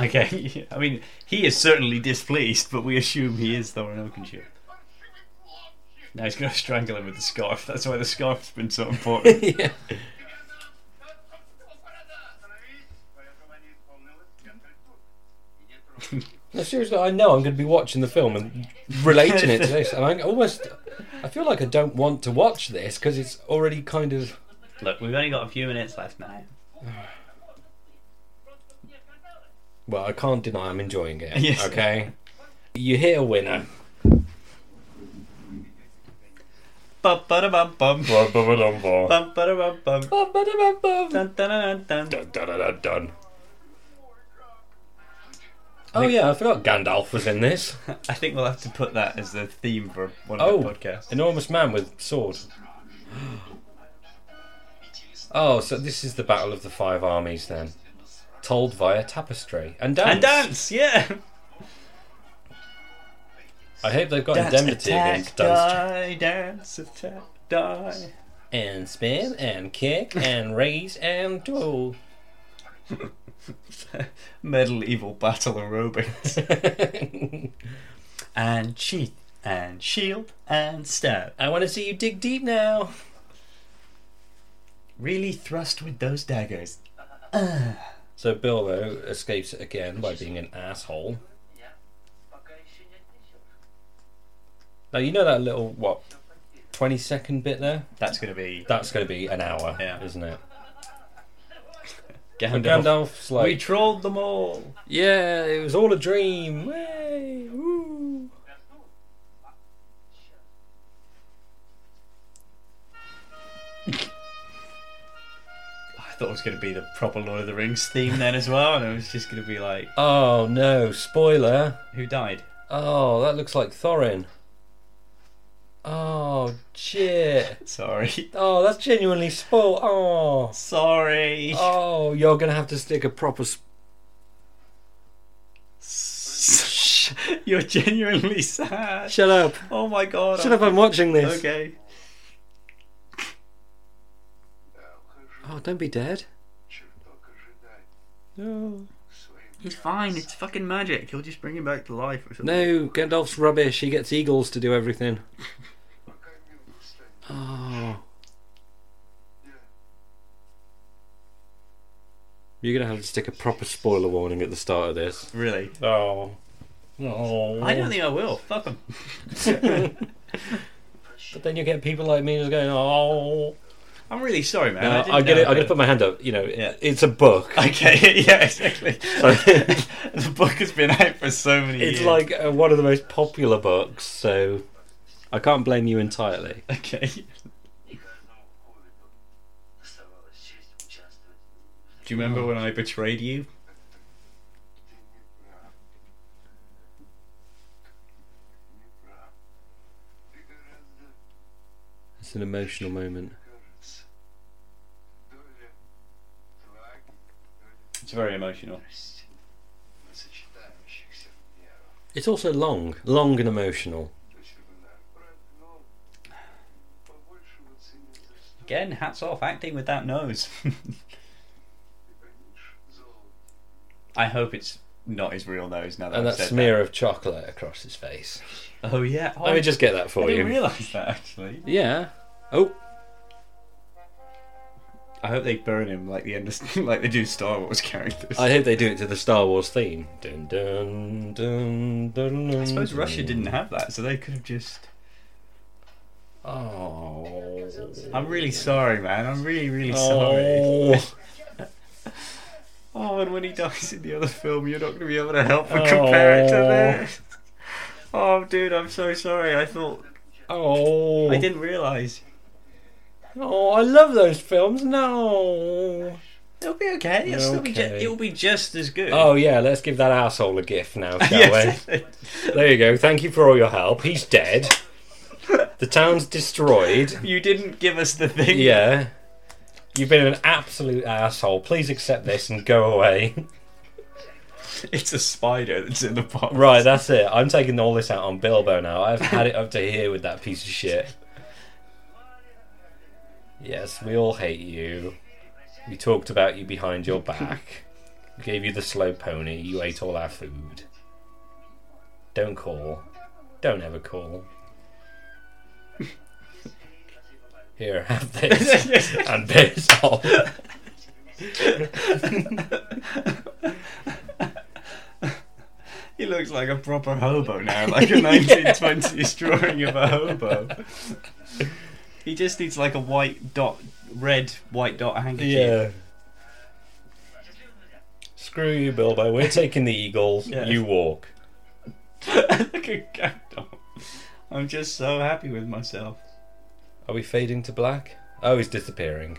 S3: Okay, I mean, he is certainly displeased, but we assume he is Thorin Oakenshield. Now he's going to strangle him with the scarf. That's why the scarf's been so important.
S4: yeah.
S5: Поэтому они исполнилось, я тут. И не трогай.
S4: No, seriously, I know I'm going to be watching the film and relating it to this, and I almost, I feel like I don't want to watch this because it's already kind of.
S3: Look, we've only got a few minutes left now.
S4: Well, I can't deny I'm enjoying it.
S3: Yes.
S4: Okay. You hit a winner.
S3: Bum bada bum bum.
S4: Dun,
S3: Bum bada bum bum.
S4: dun, dun, dun,
S3: Dun,
S4: dun.
S3: dun, dun, dun, dun.
S4: Dun, dun, dun, dun. Oh yeah, I forgot Gandalf was in this.
S3: I think we'll have to put that as the theme for one of
S4: Oh,
S3: the podcasts.
S4: enormous man with sword. Oh, so this is the Battle of the Five Armies then, told via tapestry and dance.
S3: And dance, yeah.
S4: I hope they've got
S3: Dance
S4: indemnity
S3: attack,
S4: against dance.
S3: die, dance attack, die.
S4: and spin and kick and raise and do.
S3: Medieval battle aerobics. and cheat and shield and stab.
S4: I want to see you dig deep now.
S3: Really thrust with those daggers.
S4: So Bilbo escapes it again by being an asshole.
S7: Пока еще не отнесешь.
S4: Now you know that little what, twenty second bit there.
S3: That's gonna be
S4: That's going to be an hour,
S3: Yeah.
S4: isn't it?
S3: Gandalf.
S4: And Gandalf's like,
S3: We trolled them all.
S4: yeah, it was all a dream. Way, woo.
S3: I thought it was was going to be the proper Lord of the Rings theme then as well, and it was just going to be like,
S4: Oh no, spoiler.
S3: who died?
S4: Oh, that looks like Thorin. Oh, shit.
S3: Sorry.
S4: Oh, that's genuinely spoil. Oh.
S3: Sorry.
S4: Oh, you're going to have to stick a proper. Sp-
S3: Shh. You're genuinely sad.
S4: Shut up.
S3: Oh my god.
S4: Shut up, I'm watching this.
S3: Okay.
S4: Oh, don't be dead.
S5: Чертог ожидать
S4: No.
S5: своим
S3: He's fine. It's fucking magic. He'll just bring him back to life or something.
S4: No, Gandalf's rubbish. He gets eagles to do everything.
S5: пока мил не станет.
S4: Oh.
S5: Я
S4: You're going to have to stick a proper spoiler warning at the start of this.
S3: Really?
S4: Oh. Oh.
S3: I don't think I will. Fuck him.
S4: But then you get people like me who's going, oh.
S3: I'm really sorry, man.
S4: Uh,
S3: didn't
S4: I get
S3: know
S4: it. I'm going to
S3: that-
S4: put my hand up. You know,
S3: Yeah.
S4: it's a book.
S3: Okay, yeah, exactly. the book has been out for so many
S4: It's
S3: years.
S4: like uh, one of the most popular books, so I can't blame you entirely.
S3: Okay.
S7: И каждому ковиду доставалась честь участвовать в
S3: Do you remember when I betrayed you?
S5: не прав. Не прав. Ты гораздо,
S4: It's an emotional moment.
S5: кажется, доля отваги, доля
S3: It's very emotional.
S5: мудрости на сочетающихся в меру.
S4: It's also long, long and emotional.
S5: Если бы наш брат знал, побольше бы ценил за что
S3: Again, hats off, acting with that nose.
S5: ты хранишь золото.
S3: I hope it's not his real nose now that
S4: And
S3: I've
S4: that
S3: said
S4: smear of chocolate across his face.
S3: that. Oh yeah. Oh,
S4: Let me just get that
S3: I
S4: for you.
S3: didn't realise that actually.
S4: Yeah. Oh,
S3: I hope they burn him like the end of, like they do Star Wars characters.
S4: I hope they do it to the Star Wars theme. Dun, dun, dun, dun, dun,
S3: I suppose Russia
S4: dun.
S3: didn't have that, so they could have just.
S4: Oh.
S3: I'm really sorry, man. I'm really, really sorry.
S4: Oh.
S3: Oh, and when he dies in the other film, you're not going to be able to help but compare it to
S4: Oh.
S3: this. Oh, dude, I'm so sorry. I thought
S4: Oh.
S3: I didn't realise.
S4: Oh, I love those films. No.
S3: It'll be okay. It'll still be. Ju-
S4: Okay.
S3: it'll be just as good.
S4: Oh yeah, let's give that asshole a gift now, shall
S3: yes.
S4: we? There you go. Thank you for all your help. He's dead. the town's destroyed.
S3: You didn't give us the thing.
S4: Yeah. You've been an absolute asshole. Please accept this and go away.
S3: It's a spider that's in the box.
S4: right, that's it. I'm taking all this out on Bilbo now. I've had it up to here with that piece of shit. Yes, we all hate you. We talked about you behind your back. We gave you the slow pony. You ate all our food. Don't call. Don't ever call. Here, have this and piss off.
S3: He looks like a proper hobo now, like a 1920s drawing of a hobo. he just needs like a white dot, red white dot handkerchief.
S4: Yeah. Screw you, Bilbo. We're taking the Eagles.
S3: Yeah.
S4: You walk.
S3: Look at Gandalf. I'm just so happy with myself.
S4: Are we fading to black? Oh, he's disappearing.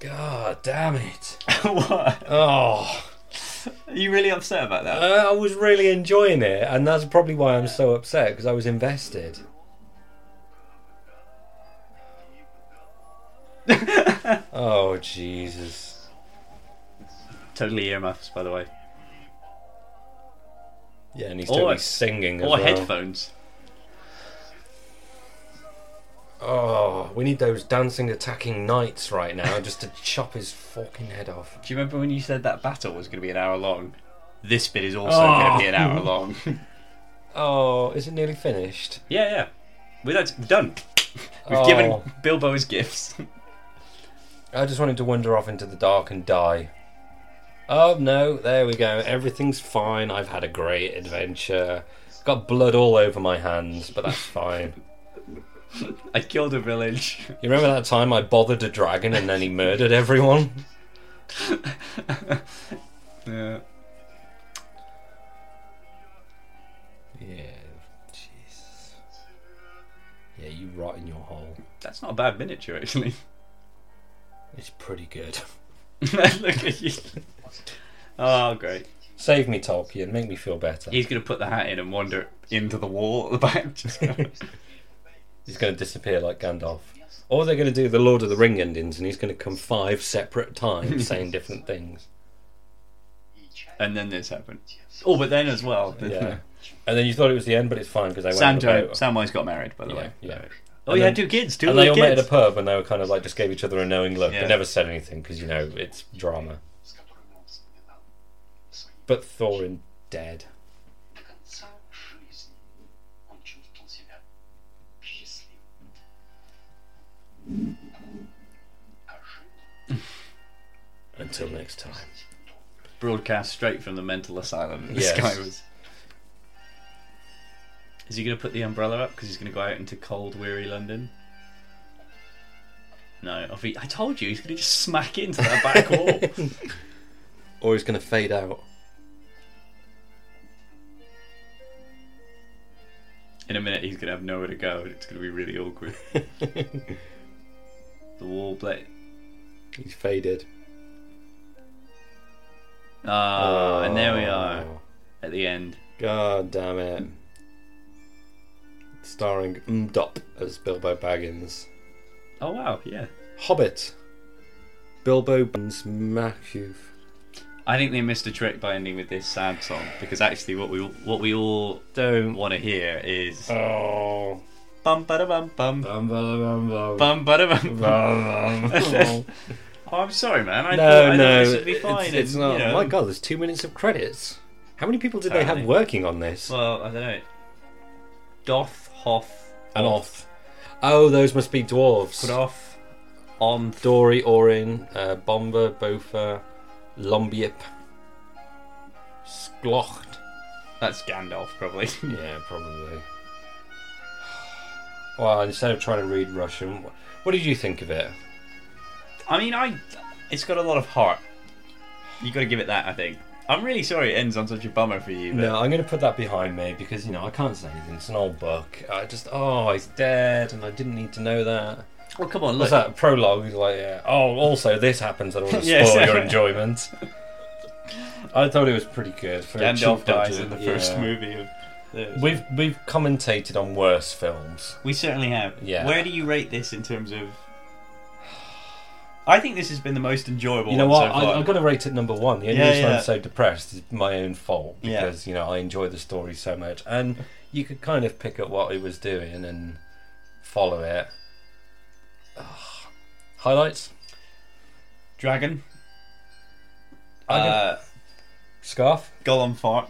S4: God damn it.
S3: what?
S4: Oh. Uh,
S3: Are you really upset about that?
S4: I I was really enjoying it, and that's probably why I'm so upset because I was invested. oh, Jesus.
S3: totally earmuffs, by the way.
S4: Yeah, and he's
S3: Or-
S4: totally singing as
S3: Or
S4: well.
S3: headphones.
S4: Oh, we need those dancing, attacking knights right now just to chop his fucking head off.
S3: Do you remember when you said that battle was going to be an hour long? This bit is also
S4: Oh.
S3: going to be an hour long. yeah,
S4: Oh, is it nearly finished?
S3: yeah. We're done. We're done. We've
S4: Oh.
S3: given Bilbo his gifts.
S4: I just wanted to wander off into the dark and die. Oh no, there we go. Everything's fine. I've had a great adventure. Got blood all over my hands, but that's fine.
S3: I killed a village.
S4: You remember that time I bothered a dragon and then he murdered everyone?
S3: Yeah.
S4: Yeah, Jesus. Yeah, you rot in your hole.
S3: That's not a bad miniature, actually.
S4: It's pretty good.
S3: Look at you. Oh, great.
S4: Save me, Tolkien. Make me feel better.
S3: He's going to put the hat in and wander into the wall at the back. Just go-
S4: He's going to disappear like Gandalf. Or they're going to do the Lord of the Ring endings, and he's going to come five separate times saying different things.
S3: and then this happened. Oh, but then as well. The,
S4: Yeah. And then you thought it was the end, but it's fine because they went. on
S3: Sanjo,
S4: about-
S3: Samwise got married, by the
S4: yeah,
S3: way.
S4: yeah.
S3: Oh,
S4: And
S3: you had
S4: then-
S3: two kids, two
S4: And they
S3: little
S4: all met
S3: kids.
S4: at a pub, and they were kind of like just gave each other a knowing look.
S3: Yeah.
S4: They never said anything because you know it's drama.
S5: с которым он вспоминал свои
S4: But Thorin dead.
S5: до конца жизни. Он чувствовал себя счастливым. А жил
S4: Until next time.
S3: Broadcast straight from the mental asylum. This
S4: Yes.
S3: guy was. Is he going to put the umbrella up because he's going to go out into cold, weary London? No, I think- I told you he's going to just smack into that back wall.
S4: Or he's going to fade out.
S3: In a minute, he's going to have nowhere to go, and it's going to be really awkward. the wall plate.
S4: He's faded.
S3: Ah, and there
S4: Oh.
S3: we are at the end.
S4: God damn it. Starring Mdop as Bilbo Baggins.
S3: Oh wow, yeah.
S4: Hobbit. Bilbo Baggins Matthew.
S3: I think they missed a trick by ending with this sad song because actually, what we what we all
S4: Don't.
S3: want to hear is
S4: Oh.
S3: bum bada bum bum
S4: Bum, bum, bum,
S3: bum
S4: bum.
S3: bada bum. bum.
S4: Bum, bum.
S3: Oh, I'm sorry, man. I thought,
S4: no,
S3: I
S4: no,
S3: thought this would be fine.
S4: it's, it's
S3: and,
S4: not.
S3: You know,
S4: My God, there's two minutes of credits. How many people did they
S3: Apparently.
S4: have working on this?
S3: Well, I don't know. Doth hoff
S4: and off. Oh, those must be dwarves.
S3: put off on th-
S4: Dory, Orin, uh, Bomber, Bofa, Lombiep, Sklocht.
S3: that's Gandalf probably.
S4: Yeah, probably. Well, instead of trying to read Russian, wh- what did you think of it?
S3: I mean, I it's got a lot of heart. You got to give it that. I think. I'm really sorry it ends on such a bummer for you. But
S4: No, I'm going to put that behind me because you know I can't say anything. It's an old book. I just oh, he's dead, and I didn't need to know that.
S3: Well, come on, look.
S4: What's that prologue? Like, yeah. oh, also this happens. I don't want to
S3: Yes.
S4: spoil your enjoyment. I thought it was pretty good. For a
S3: Gandalf
S4: cheap
S3: dies
S4: budget,
S3: in the
S4: yeah.
S3: first movie of. The... We,
S4: We've we've commentated on worse films.
S3: we certainly have.
S4: Yeah.
S3: Where do you rate this in terms of? I think this has been the most enjoyable.
S4: You know
S3: one
S4: what?
S3: So far.
S4: I, I've got to rate it number one. The only
S3: Yeah,
S4: reason
S3: yeah.
S4: I'm so depressed is my own fault
S3: Yeah.
S4: because you know I enjoy the story so much, and you could kind of pick up what it was doing and follow it. Ugh. Highlights:
S3: Dragon.
S4: I can-
S3: Uh,
S4: scarf.
S3: Gollum fart.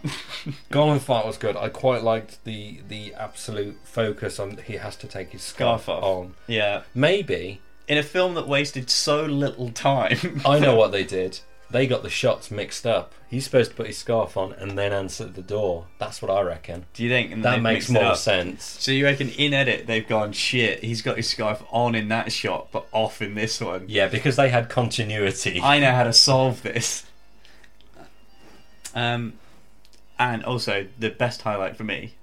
S4: Golem fight was good. I quite liked the the absolute focus on he has to take his scarf,
S3: Scarf off.
S4: on.
S3: yeah.
S4: Maybe
S3: In a film that wasted so little time.
S4: I know what they did. They got the shots mixed up. He's supposed to put his scarf on and then answer the door. That's what I reckon.
S3: do you think? And
S4: That
S3: they've mixed
S4: makes
S3: it
S4: more
S3: up.
S4: sense.
S3: So you reckon in edit they've gone shit? He's got his scarf on in that shot, but off in this one.
S4: Yeah, because they had continuity.
S3: I know how to solve this. Um, and also the best highlight for me.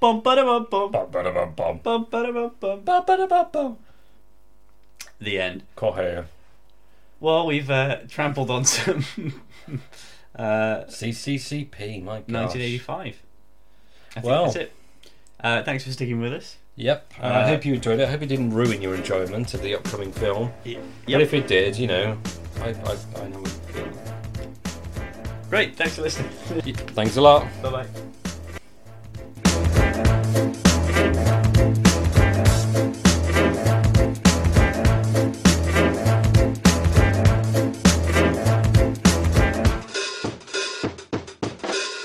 S3: Bum, ba, da, bum, bum,
S4: Bum, bada, bum, bum.
S3: bum, ba, da, bum, bum.
S4: Bum, bada, bum, bum.
S3: The end.
S4: Cojo.
S3: Well, we've uh, trampled on some uh,
S4: CCCP, my gosh.
S3: 1985. I think
S4: Well.
S3: that's it. Uh, thanks for sticking with us.
S4: Yep. And
S3: Uh,
S4: I hope you enjoyed it. I hope it didn't ruin your enjoyment of the upcoming film.
S3: Yep.
S4: But if it did, you know, I, I, I know it killed.
S3: Great. Thanks for listening.
S4: Thanks a lot.
S3: bye bye.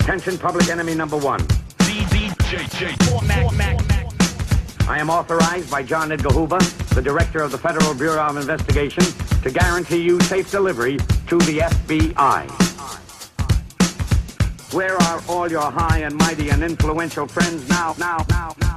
S8: Attention, public enemy number one. I am authorized by John Edgar Hoover, the director of the Federal Bureau of Investigation, to guarantee you safe delivery to the FBI. Where are all your high and mighty and influential friends now, now, now, now?